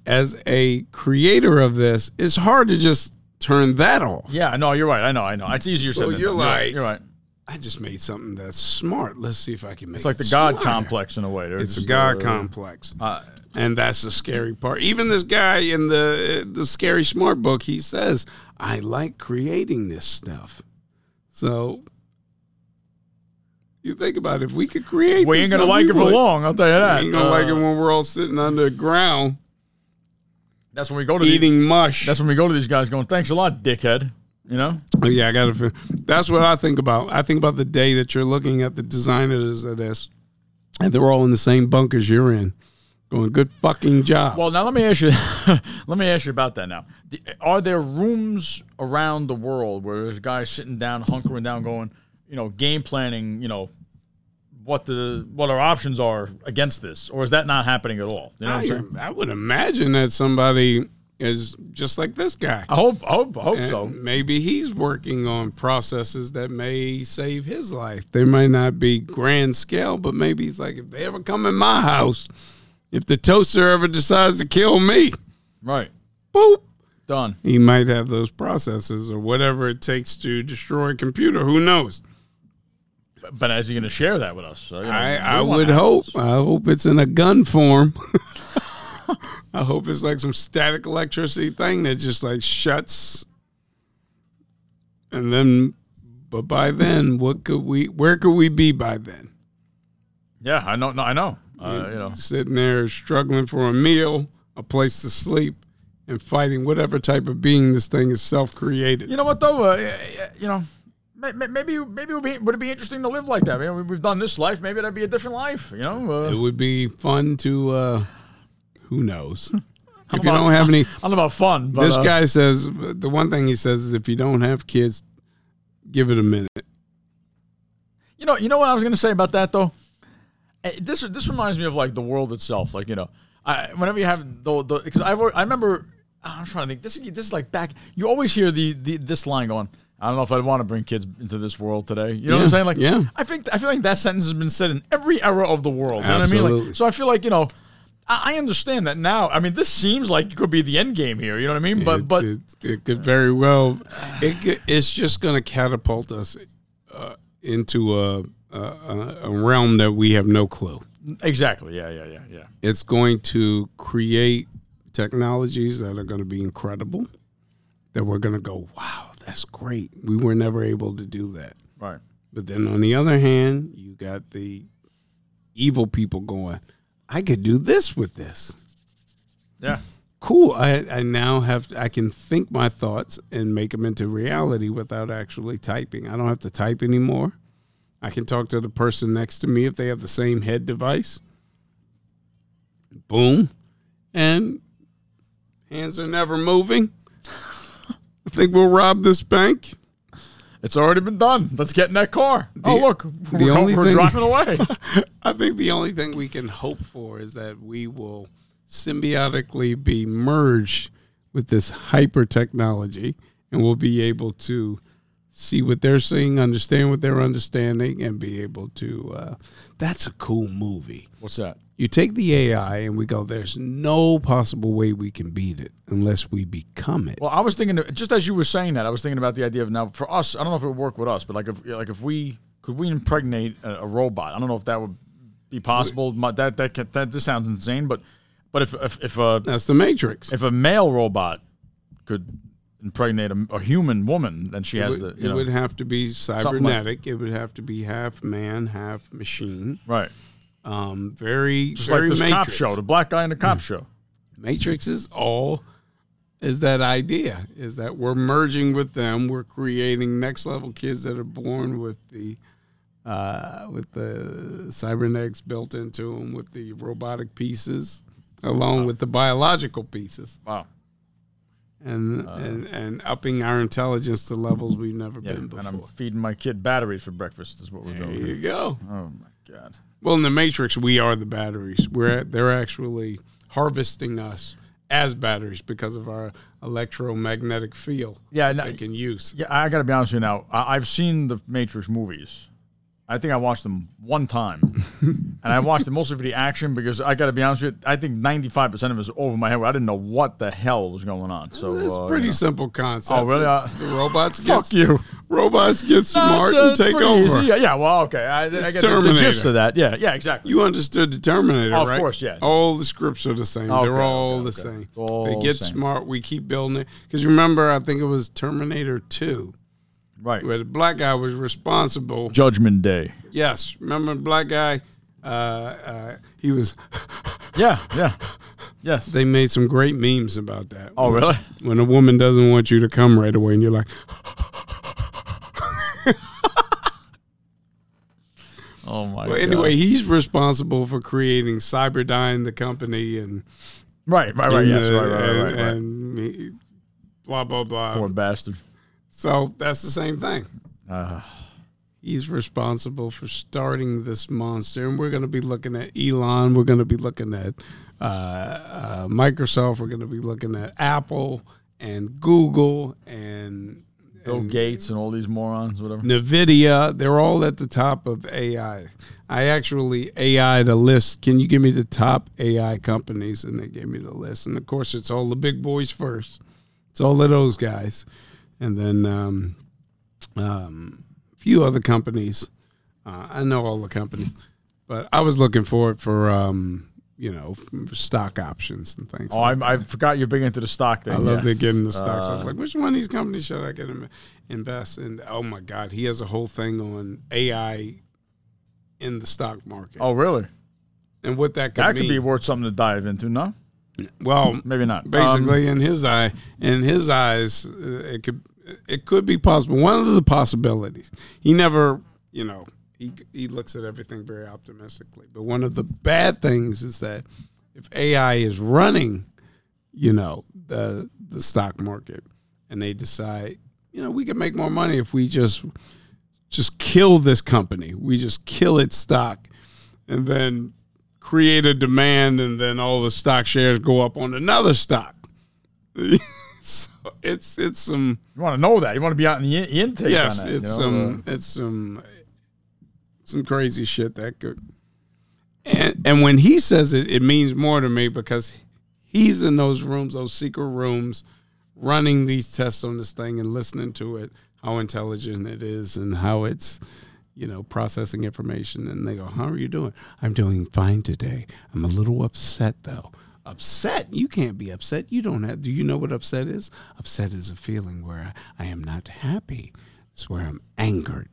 As a creator of this, it's hard to just turn that off. yeah, no, you're right. I know, I know. It's easier So said than you're done. right, like- you're right. I just made something that's smart. Let's see if I can make It's like the it god smarter. complex in a way. They're It's a just, god uh, complex. uh, and that's the scary part. Even this guy in the the scary smart book, he says, "I like creating this stuff." So you think about it, if we could create, We this ain't gonna stuff, like we it for would. long. I'll tell you that. We ain't gonna Uh, like it when we're all sitting underground That's when we go to the, eating mush. That's when we go to these guys, going, "Thanks a lot, dickhead." You know, Oh, yeah, I gotta. feel- That's what I think about. I think about the day that you're looking at the designers of this, and they're all in the same bunkers you're in, going, "Good fucking job." Well, now let me ask you. let me ask you about that. Now, The- are there rooms around the world where there's guys sitting down, hunkering down, going, you know, game planning, you know, what the what our options are against this, or is that not happening at all? You know what I'm I, saying? I would imagine that somebody is just like this guy. I hope, I hope, I hope And so. maybe he's working on processes that may save his life. They might not be grand scale, but maybe he's like, if they ever come in my house, if the toaster ever decides to kill me, Right, boop, done. he might have those processes or whatever it takes to destroy a computer. Who knows? But, but is he going to share that with us? Uh, you know, I, we I wanna would have hope. this. I hope it's in a gun form. I hope it's like some static electricity thing that just like shuts. And then, but by then, what could we? Where could we be by then? Yeah, I know. No, I know. Uh, you know, Sitting there struggling for a meal, a place to sleep, and fighting whatever type of being this thing is self-created. You know what though? Uh, uh, you know, may- may- maybe maybe it would, be, would it be interesting to live like that? Maybe we've done this life. Maybe that'd be a different life. You know, uh, It would be fun to. uh Who knows? If you about- don't have any, I don't know about fun, but this uh, guy says the one thing he says is if you don't have kids, give it a minute. you know, you know what I was going to say about that though. Eh, This this reminds me of like the world itself. Like you know, I, whenever you have the because I've al- I remember ah, I'm trying to think. This is- this is like back. You always hear the, the this line going. I don't know if I'd want to bring kids into this world today. You know what Yeah, I'm saying? Like, yeah. I think I feel like that sentence has been said in every era of the world. You know what I mean? Absolutely. Like, so I feel like you know, I, I understand that now. I mean, this seems like it could be the end game here. You know what I mean? But it, but it, it could very well. It could, it's just going to catapult us uh, into a, a- a a realm that we have no clue. exactly, yeah, yeah, yeah, yeah. It's going to create technologies that are going to be incredible. That we're going to go, wow, that's great. We were never able to do that. Right. But then on the other hand, you got the evil people going, I could do this with this. Yeah. cool I, I now have i can think my thoughts and make them into reality without actually typing i don't have to type anymore i can talk to the person next to me if they have the same head device boom and hands are never moving i think we'll rob this bank It's already been done. Let's get in that car. oh, look, we're, going- only we're thing- driving away. i think the only thing we can hope for is that we will symbiotically be merged with this hyper technology and we'll be able to see what they're seeing understand what they're understanding and be able to uh, that's a cool movie What's that? you take the ai and we go there's no possible way we can beat it unless we become it Well, I was thinking, just as you were saying that, I was thinking about the idea of now for us. I don't know if it would work with us, but like if like if we could we impregnate a, a robot. I don't know if that would be possible. My, that that can, that this sounds insane, but but if if if a that's the matrix if a male robot could impregnate a, a human woman, then she has it, would, the you it know would have to be like- cybernetic. it would have to be half man, half machine. right. Um, very Just very like this Matrix. Hmm. cop show, the black guy in the cop show. Matrix is all is that idea is that we're merging with them. We're creating next level kids that are born with the uh, with the cybernetics built into them, with the robotic pieces, along with the biological pieces, Wow. and and, and upping our intelligence to levels we've never Uh. Yeah, been and I'm before. feeding my kid batteries for breakfast. Is what we're There doing. you go. Oh my god. Well, in the Matrix, we are the batteries. We're they're actually harvesting us as batteries because of our electromagnetic field Yeah, no, they can use. yeah. I gotta be honest with you now. I, I've seen the Matrix movies. I think I watched them one time, and I watched them mostly for the action because I gotta be honest with you. I think 95 percent of it was over my head. where I didn't know what the hell was going on. So It's uh, pretty you know. simple concept. Oh, really? It's- the robots get Fuck you. Robots get smart That's, uh, and it's take pretty over. easy. Yeah, yeah, well, okay. I, I get the- the, Terminator. gist of that. Yeah, yeah, exactly. You understood the Terminator, Oh, of right? course, yeah. All the scripts are the same. Okay, They're all okay, the okay. same. All they get the same. smart. We keep building it because remember, I think it was Terminator Two, right. where the black guy was responsible Judgment Day. Yes, remember the black guy? Uh, uh, he was. Yeah, yeah, yes. They made some great memes about that. oh, really? When a woman doesn't want you to come right away, and you're like, Oh my. well, God. anyway, he's responsible for creating Cyberdyne, the company, and right, right, right, and, yes, uh, right, right, right, and, right, right. and he- blah blah blah. Poor bastard. So that's the same thing. Uh, He's responsible for starting this monster, and we're going to be looking at Elon. We're going to be looking at uh, uh, Microsoft. We're going to be looking at Apple and Google and, Bill and Gates and all these morons, whatever. Nvidia. They're all at the top of AI. I actually AI the list. Can you give me the top AI companies? And they gave me the list, and of course, it's all the big boys first. It's all of those guys, and then um, um, few other companies. Uh, I know all the companies, but I was looking for it for um, you know stock options and things. Oh, like I, I forgot you're big into the stock thing. I love yeah. the getting the stocks. I was Uh, like, which one of these companies should I get in, invest in? Oh my God, he has a whole thing on AI in the stock market Oh, really? and what that could That mean. could be worth something to dive into. No, well, maybe not. Um, basically, in his eye, in his eyes, uh, it could it could be possible. One of the possibilities. He never, you know, he he looks at everything very optimistically. But one of the bad things is that if AI is running you know the the stock market and they decide you know we can make more money if we just just kill this company we just kill its stock and then create a demand and then all the stock shares go up on another stock so it's it's some you want to know that. You want to be out in the in- intake. on yes that, it's um, you know? uh, some it's some some crazy shit that could and and when he says it it means more to me because he's in those rooms those secret rooms running these tests on this thing and listening to it how intelligent it is and how it's you know processing information and they go how are you doing i'm doing fine today i'm a little upset though upset you can't be upset you don't have do you know what upset is upset is a feeling where i am not happy it's where i'm angered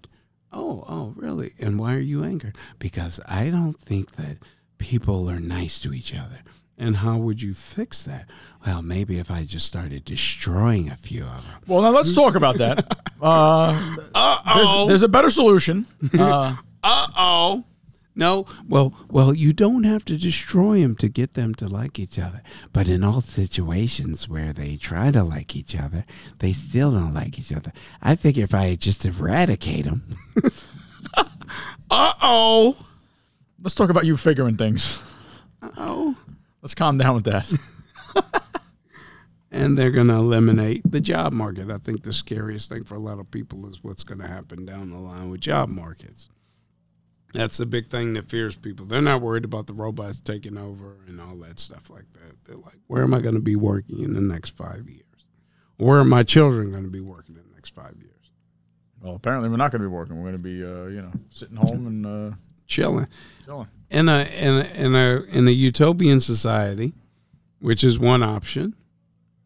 Oh, oh, really? And why are you angered? Because I don't think that people are nice to each other. And how would you fix that? Well, maybe if I just started destroying a few of them. Uh, well, now let's talk about that. Uh, Uh there's, there's a better solution. Uh, Uh oh. No. Well, well, you don't have to destroy them to get them to like each other. But in all situations where they try to like each other, they still don't like each other. I figure if I just eradicate them. uh oh. let's talk about you figuring things. Oh. Let's calm down with that. and they're going to eliminate the job market. I think the scariest thing for a lot of people is what's going to happen down the line with job markets. That's the big thing that fears people. They're not worried about the robots taking over and all that stuff like that. They're like, where am I going to be working in the next five years? Where are my children going to be working in the next five years? Well, apparently we're not going to be working. We're going to be, uh, you know, sitting home and uh, Chilling. chilling. in a in a in a in a utopian society, which is one option,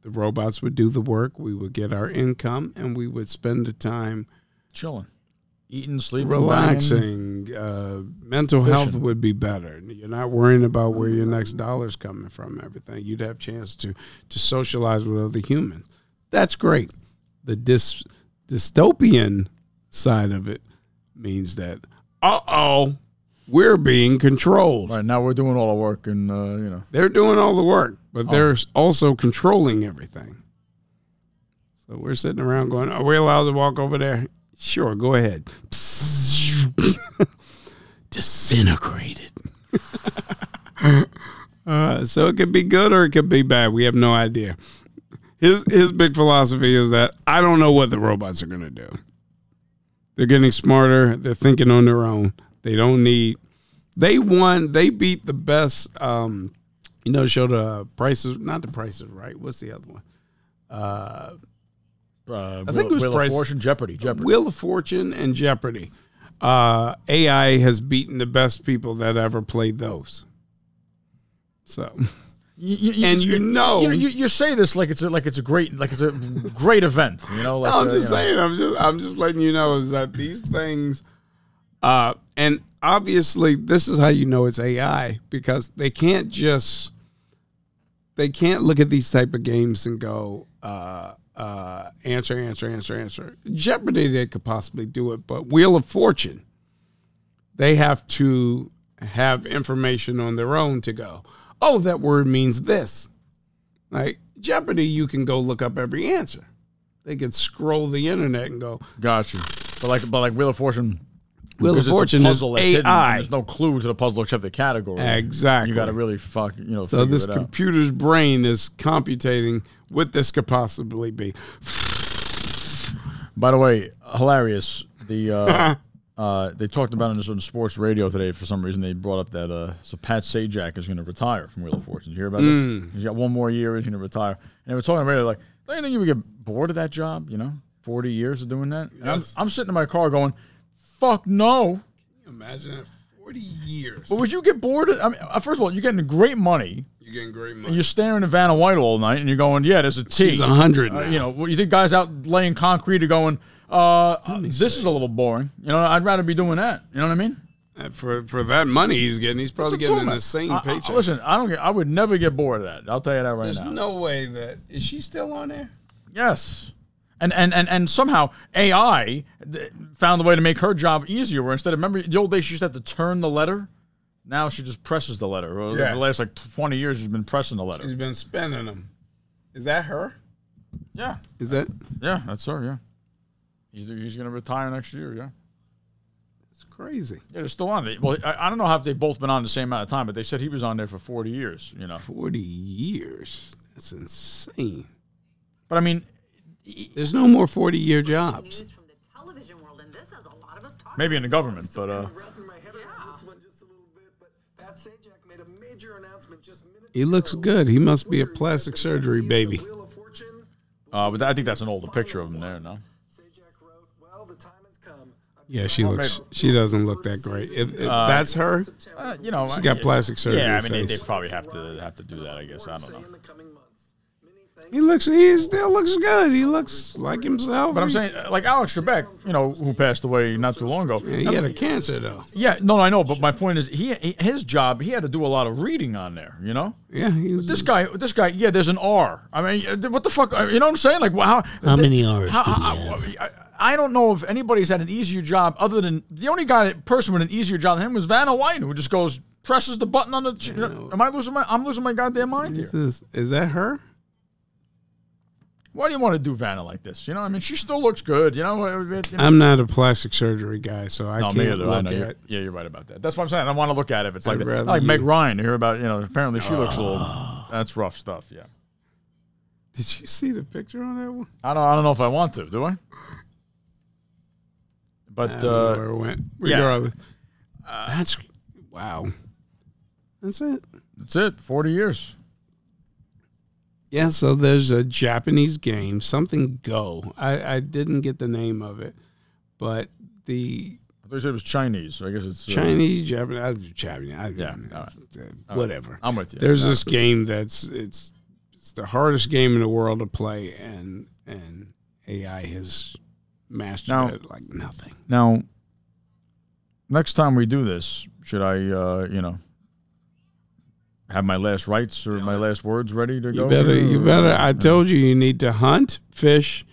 The robots would do the work. We would get our income, and we would spend the time Chilling, eating, sleeping, banging. relaxing. Uh, mental health Fishing. would be better. You're not worrying about where your next dollar's coming from. and Everything you'd have chance to to socialize with other humans. That's great. The dys, dystopian side of it means that uh oh, we're being controlled. Right now, we're doing all the work, and uh, you know, They're doing all the work, but they're also controlling everything. So we're sitting around going, Are we allowed to walk over there? Sure, go ahead. Disintegrated. uh, so it could be good or it could be bad. We have no idea. His, his big philosophy is that I don't know what the robots are going to do. They're getting smarter. They're thinking on their own. They don't need. They won. They beat the best. Um, you know, show the prices. Not the prices, right? What's the other one? uh, think it was Wheel Price- of Fortune, Jeopardy, Jeopardy. Wheel of Fortune and Jeopardy. Uh, AI has beaten the best people that ever played those. So, You- you- you- and you know- you, you say this like it's a, like it's a great like it's a great event. You know, like, I'm uh, just you know. saying. I'm just I'm just letting you know is that these things, uh, and obviously this is how you know it's AI because they can't just they can't look at these type of games and go uh, uh, answer answer answer answer. Jeopardy they could possibly do it, but Wheel of Fortune they have to have information on their own to go. Oh, that word means this. Like Jeopardy, you can go look up every answer they could scroll the internet and go Got you. But like, but like Wheel of Fortune. Wheel of because Fortune it's is a puzzle that's hidden, AI. and there's no clue to the puzzle except the category. exactly. You got to really fuck, you know. so figure this it out. computer's brain is computating what this could possibly be. By the way, hilarious. The uh, uh, they talked about it on sports radio today for some reason. They brought up that uh, so Pat Sajak is going to retire from Wheel of Fortune. Did you hear about this? He's got one more year. He's going to retire. And they were talking about it like, don't you think you would get bored of that job? You know, forty years of doing that. And I'm, I'm sitting in my car going, "Fuck no." Imagine that 40 years. But would you get bored? Of, I mean, uh, first of all, you're getting great money. You're getting great And money. you're staring at Vanna White all night, and you're going, "Yeah, there's a T." She's 100 Uh, now. you know, well, you think guys out laying concrete are going, uh, uh, this is a little boring. You know, I'd rather be doing that. You know what I mean? And For for that money he's getting, he's probably That's what getting I'm an talking insane about. I- I- paycheck. listen, I don't get, I would never get bored of that. I'll tell you that right There's now. no way that is she still on there? yes. And, and, and, and somehow AI th- found a way to make her job easier. Where instead of remember the old days, she used to have to turn the letter. Now she just presses the letter. Or Yeah. The last like twenty years, she's been pressing the letter. He's been spending them. Is that her? Yeah, Is that yeah, that's her. Yeah, he's he's gonna retire next year. Yeah. it's crazy. Yeah, they're still on it. Well, I, I don't know how if they've both been on the same amount of time, but they said he was on there for 40 years, you know. 40 years. That's insane. But I mean, E There's no more 40 year jobs. news from the television world, and this has a lot of us talking. maybe in the government, but uh, Wrapping my head around this one just a little bit, but Pat Sajak made a major announcement just minutes He looks ago. good. He must be a Twitter said plastic the next surgery season of baby. Wheel of Fortune will uh, be but I think that's the an older final picture of him one. there, no? Sajak wrote, "Well, the time has come." I've Yeah, Oh, she decided looks. to She doesn't first look that great. season If, if of that's her, September Uh, you know, she's I- got plastic surgery. Yeah, I mean, they, they face. probably have to have to do that, I guess. I don't know. in the coming months. Many thanks he looks. He still looks good. He looks like himself. But I'm saying, uh, like Alex Trebek, you know, who passed away not too long ago. he had a cancer though. Yeah, no, I know, but my point is, he he- his job, he had to do a lot of reading on there, you know. Yeah, he was. This guy, this guy, yeah, there's an R. I mean, uh, what the fuck? uh, You know what I'm saying? Like, wow. How many R's How, do we how- have? I, I don't know if anybody's had an easier job other than the only guy person with an easier job than him was Vanna White, who just goes presses the button on the. ch- Am I losing my? I'm losing my goddamn mind here. This is is that her? Why do you want to do Vanna like this? You know, I mean, she still looks good. You know, uh, you know. I'm not a plastic surgery guy, so I No, me can't either. I look know. at. You're, yeah, you're right about that. That's what I'm saying. I want to look at it. If it's like I'd that. rather like Meg you- Ryan to hear about. You know, apparently she looks a little. That's rough stuff. Yeah. Did you see the picture on that one? I don't. I don't know if I want to. Do I? I But don't know uh, where it went. yeah. Regardless, that's wow. That's it. that's it. Forty years. Yeah, so there's a Japanese game, something Go. I, I didn't get the name of it, but the I thought you said it was Chinese. So I guess it's uh, Chinese, Japanese, Japanese, I, Yeah, all right. uh, whatever. I'm with you. There's this game that's it's it's the hardest game in the world to play, and and AI has mastered Now- it like nothing. Now, next time we do this, should I, uh, you know, have my last rites or my last words ready to go? You better, here, you or- better. I told you, you need to hunt, fish,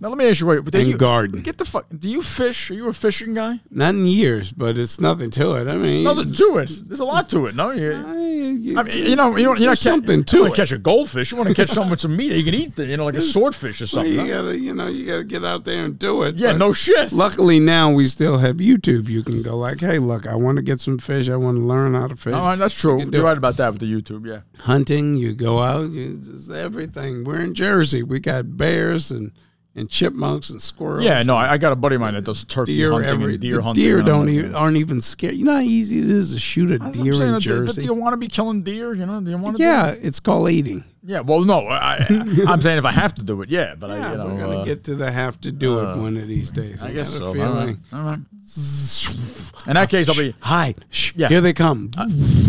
Now let me ask you, wait, do and you, garden. get the fuck? Do you fish? Are you a fishing guy? Not in years, but it's nothing to it. I mean, Nothing to it. There's a lot to it. No, you, I, I you, mean, you know, you don't, you're not there's something you to wanna it. catch a goldfish. You want to catch something with some meat that you can eat. You know, like a swordfish or Well, something. you huh? gotta, you know, you gotta get out there and do it. yeah, but no shit. Luckily now we still have YouTube. You can go like, hey, look, I want to get some fish. I want to learn how to fish. All right, that's true. can do You're it. right about that with the YouTube. Yeah. hunting. You go out. You, it's everything. We're in Jersey. We got bears and and chipmunks and squirrels. Yeah, no, I, I got a buddy of mine that does turkey deer. hunting Every and the deer hunting. deer and I'm don't like, even, aren't even scared. You know how easy it is to shoot a That's what I'm deer saying, in that- that- Jersey. Do you want to be killing deer? You know, do you want to? yeah, it's called eating. Yeah. Well, no, I, I, I'm saying if I have to do it, yeah. But I, you know, we're gonna uh, get to the have to do it one of these days. I guess got a so. All feeling. right. All right. In that case, I'll be. Hide. Shh. Yeah. Uh, Here they come.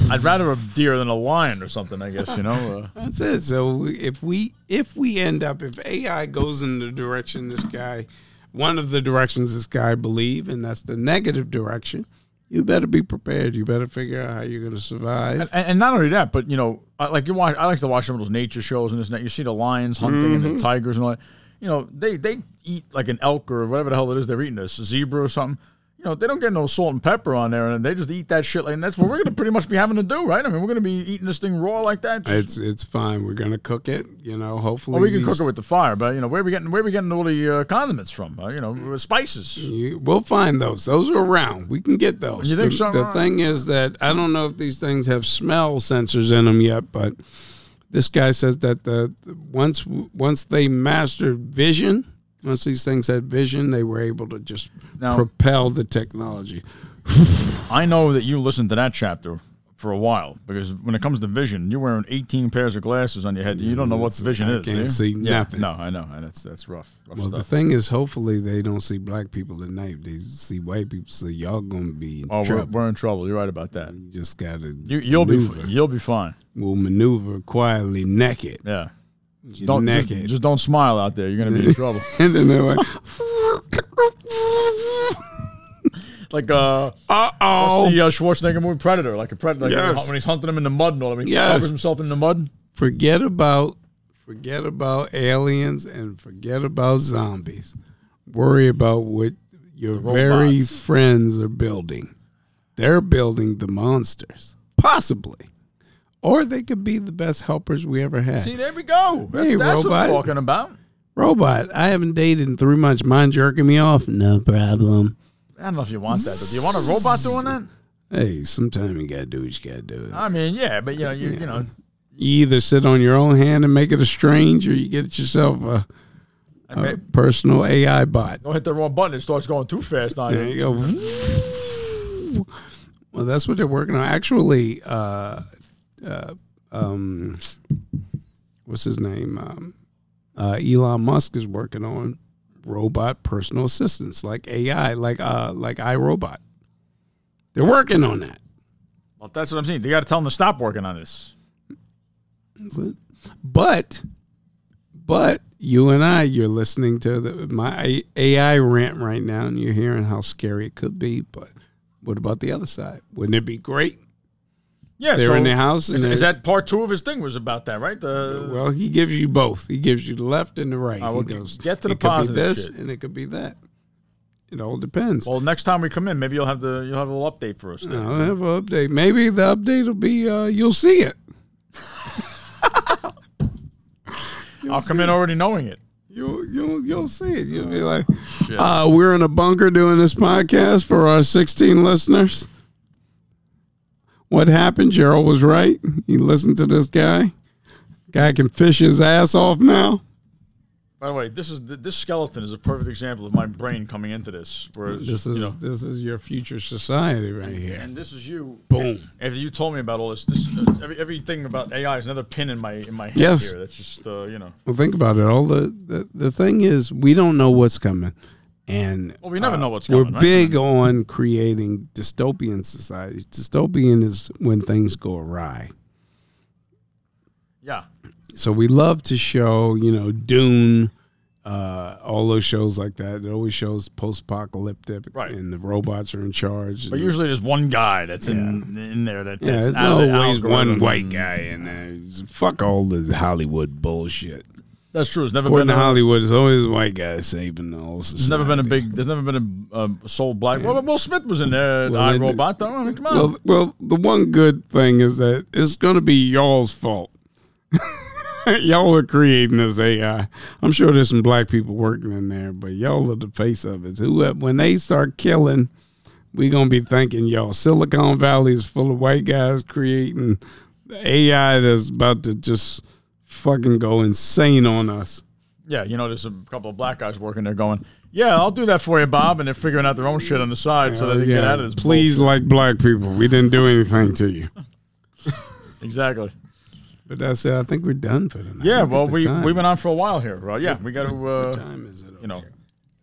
I'd rather a deer than a lion or something. I guess you know. Uh, That's it. So we- if we if we end up if AI goes in the direction this guy, one of the directions this guy believe, and that's the negative direction, you better be prepared. You better figure out how you're going to survive. and, and not only that, but you know, I, like you watch. I like to watch some of those nature shows and this. And that. You see the lions hunting Mm-hmm. and the tigers and all that. You know, they they eat like an elk or whatever the hell it is they're eating, a zebra or something. You know, they don't get no salt and pepper on there, and they just eat that shit. Like, and that's what we're going to pretty much be having to do, right? I mean, we're going to be eating this thing raw like that. It's just- it's fine. We're going to cook it. You know, hopefully Well, we can these- cook it with the fire, but you know where we getting where we getting all the uh, condiments from? Uh, you know, uh, spices. You, we'll find those. Those are around. We can get those. You think the, so? The thing is that I don't know if these things have smell sensors in them yet, but this guy says that the once once they mastered vision, once these things had vision, they were able to just Now- propel the technology. I know that you listened to that chapter for a while because when it comes to vision, you're wearing 18 pairs of glasses on your head. You don't know what vision I is. do can't you? see Yeah. nothing. No, I know, and that's that's rough. rough Well, the stuff. thing is, hopefully they don't see black people at night. They see white people. So y'all gonna be in oh, we're, trouble. we're in trouble. You're right about that. You just gotta You, you'll be maneuver. f- you'll be fine. We'll maneuver quietly, naked. Yeah. You're Don't just, naked. just don't smile out there. You're gonna be in trouble. and then they're like, Like uh, uh what's oh. the uh, Schwarzenegger movie Predator, like a predator Yes. when he's hunting him in the mud and all that. He Yes. covers himself in the mud. Forget about forget about aliens and forget about zombies. Worry about what your very robots. friends are building. They're building the monsters, possibly, or they could be the best helpers we ever had. See, there we go. That's, Hey, that's what I'm robot. talking about. Robot, I haven't dated in three months. Mind jerking me off? No problem. I don't know if you want that. But do you want a robot doing that? Hey, sometime you gotta do what you gotta do. I mean, yeah, but you know, you, you know, You either sit on your own hand and make it a strange, or you get yourself a. I a may, personal AI bot. don't hit the wrong button. It starts going too fast on There you. you go. Well, that's what they're working on. Actually, uh, uh, um, what's his name? Um, uh, Elon Musk is working on robot personal assistants like AI, like uh, like iRobot. They're working on that. Well, that's what I'm saying. They got to tell them to stop working on this. That's it. But, but you and I, you're listening to the, my AI rant right now, and you're hearing how scary it could be. But what about the other side? Wouldn't it be great? Yeah, They're so in the house. And Is, is they're- that part two of his thing was about that, right? The well? He gives you both. He gives you the left and the right. I will he goes, get to the it could positive be this, shit. and it could be that. It all depends. well, next time we come in, maybe you'll have the you'll have a little update for us. then. I'll have an update. Maybe the update will be uh, you'll see it. I'll come in already knowing it. You'll you'll you'll see it. You'll be like, uh, we're in a bunker doing this podcast for our 16 listeners. What happened? Gerald was right. He listened to this guy. Guy can fish his ass off now. By the way, this is th- this skeleton is a perfect example of my brain coming into this. Where it's This just, is you know, this is your future society right here. and this is you. Boom. After you told me about all this, this this- every, everything about AI is another pin in my in my head Yes. here. That's just uh, you know. Well, think about it. All the, the the thing is, we don't know what's coming, and Well, we never know what's Uh, We're coming, right? big on creating dystopian societies. Dystopian is when things go awry. Yeah. So we love to show, you know, Dune, uh, all those shows like that. It always shows post-apocalyptic, Right. and the robots are in charge. But and- usually there's one guy that's in in there that, yeah, that's it's out of the always one algorithm. Mm. white guy in there. It's- Fuck all this Hollywood bullshit. That's true. It's never According been to a, Hollywood, it's always a white guy saving the whole uh, There's never been a society. big. There's never been a um, sole black. Well, Will Smith was in there. Well, I then- Robot. though. I mean, come on. Well, well, the one good thing is that it's going to be y'all's fault. y'all are creating this AI. I'm sure there's some black people working in there, but y'all are the face of it. Who, when they start killing, we gonna be thinking y'all. Silicon Valley is full of white guys creating AI that's about to just fucking go insane on us. yeah, you know, there's a couple of black guys working there going, "Yeah, I'll do that for you, Bob," and they're figuring out their own shit on the side so that they can get out of this. please, like black people, we didn't do anything to you. bullshit. exactly. But that's it. I think we're done for tonight. Yeah, Look at well, the we time. we went on for a while here. Right? Yeah, we got to. What Uh, time is it? you know,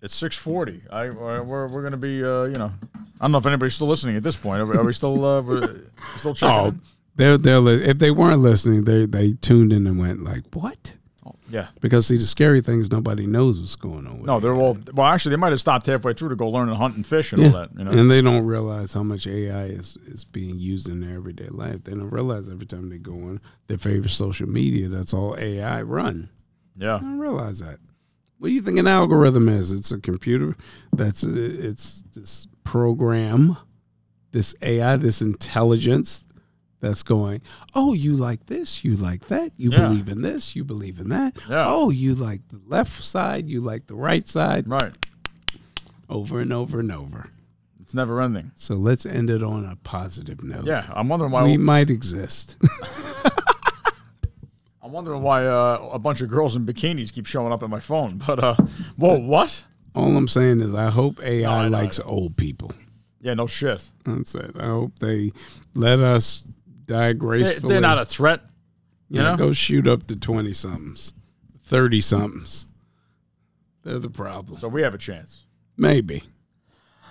it's six forty. I I- we're we're gonna be. Uh, you know, I don't know if anybody's still listening at this point. Are we, are we still uh, we're still checking? Oh, in? they're they're li- if they weren't listening, they they tuned in and went like, "What?" yeah. Because see, the scary thing is nobody knows what's going on. With No, it. they're all. Well, actually, they might have stopped halfway through to go learn to hunt and fish and all that. You know. and they don't realize how much AI is is being used in their everyday life. They don't realize every time they go on their favorite social media, that's all AI run. yeah. I don't realize that. What do you think an algorithm is? It's a computer. That's uh, it's this program, this AI, this intelligence that's going. Oh, you like this. You like that. You Yeah. believe in this. You believe in that. Yeah. Oh, you like the left side. You like the right side. Right. Over and over and over. It's never ending. So let's end it on a positive note. Yeah, I'm wondering why. We might exist. I'm wondering why uh, a bunch of girls in bikinis keep showing up at my phone. But uh, whoa, what? All I'm saying is, I hope AI I know. likes old people. Yeah, no shit. That's it. I hope they let us die They, gracefully. they're not a threat. You Yeah, know. go shoot up to twenty somethings, thirty somethings. They're the problem. so we have a chance. Maybe.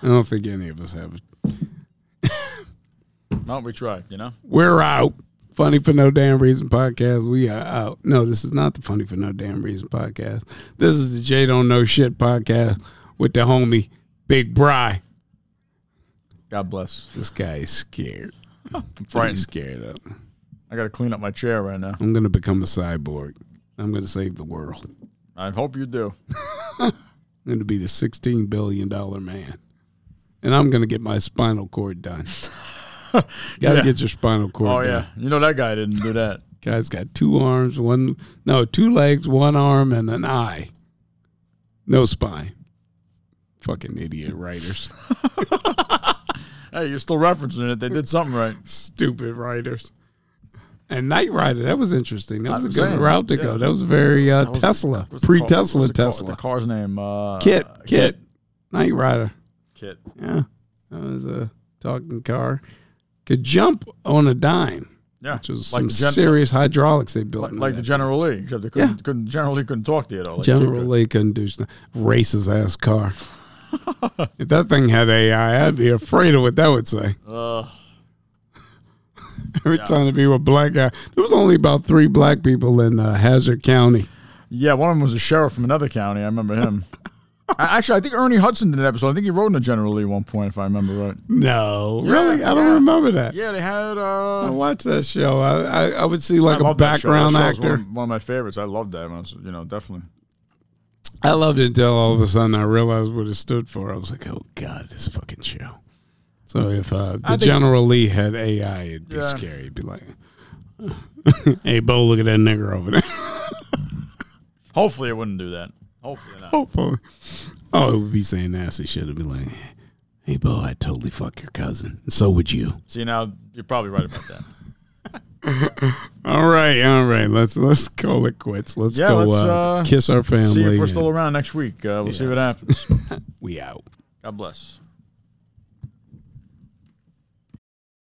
I don't think any of us have it. No, we tried. You know. We're out. Funny for no damn reason podcast. We are out. No, this is not the Funny for no damn reason podcast. This is the Jay Don't Know Shit podcast with the homie Big Bry. God bless. This guy is scared. I'm Right, frightened. scared of. him. I got to clean up my chair right now. I'm gonna become a cyborg. I'm gonna save the world. I hope you do. I'm gonna be the 16 billion dollar man, and I'm gonna get my spinal cord done. Got to Yeah. get your spinal cord. Oh done. yeah, you know that guy didn't do that. guy's got two arms, one no, two legs, one arm, and an eye. No spine. Fucking idiot writers. Hey, you're still referencing it. They did something right. Stupid writers. And Knight Rider, that was interesting. That was a I'm good saying, route to go. yeah. That was very uh, That was- Tesla, what's the car- pre Tesla what's the car- Tesla. The car's name. Uh, Kit, Kit, Knight Rider. Kit. Yeah, that was a talking car. Could jump on a dime, Yeah. which was like some the gen- serious hydraulics they built. like, in like the that. General Lee, except they couldn't, couldn't General Lee couldn't talk to you at all. Like, General Lee couldn't do sn- racist ass car. if that thing had AI, I'd be afraid of what that would say. Uh, Every time to be with black guy, there was only about three black people in uh, Hazard County. yeah, one of them was a sheriff from another county. I remember him. I, actually, I think Ernie Hudson did an episode. I think he rode in a General Lee one point, if I remember right. No, really, I don't yeah. remember that. Yeah, they had. I Uh, watched that show. I, I, I would see like I a love that show. That background show was actor. One of, one of my favorites. I loved that. When I was, you know, definitely. I loved it until all of a sudden I realized what it stood for. I was like, oh God, this fucking show. So if uh, the think- General Lee had AI, it'd be Yeah. scary. It'd be like, hey, Bo, look at that nigger over there. Hopefully, it wouldn't do that. Hopefully not. Hopefully. Oh, it would be saying nasty shit. It'd be like, hey, Bo, I totally fuck your cousin. And so would you. See, now you're probably right about that. All right, all right. Let's let's call it quits. Let's Yeah, go let's, uh, uh, kiss our family. see if we're and still around next week. Uh, we'll see what Yes. happens. we out. God bless.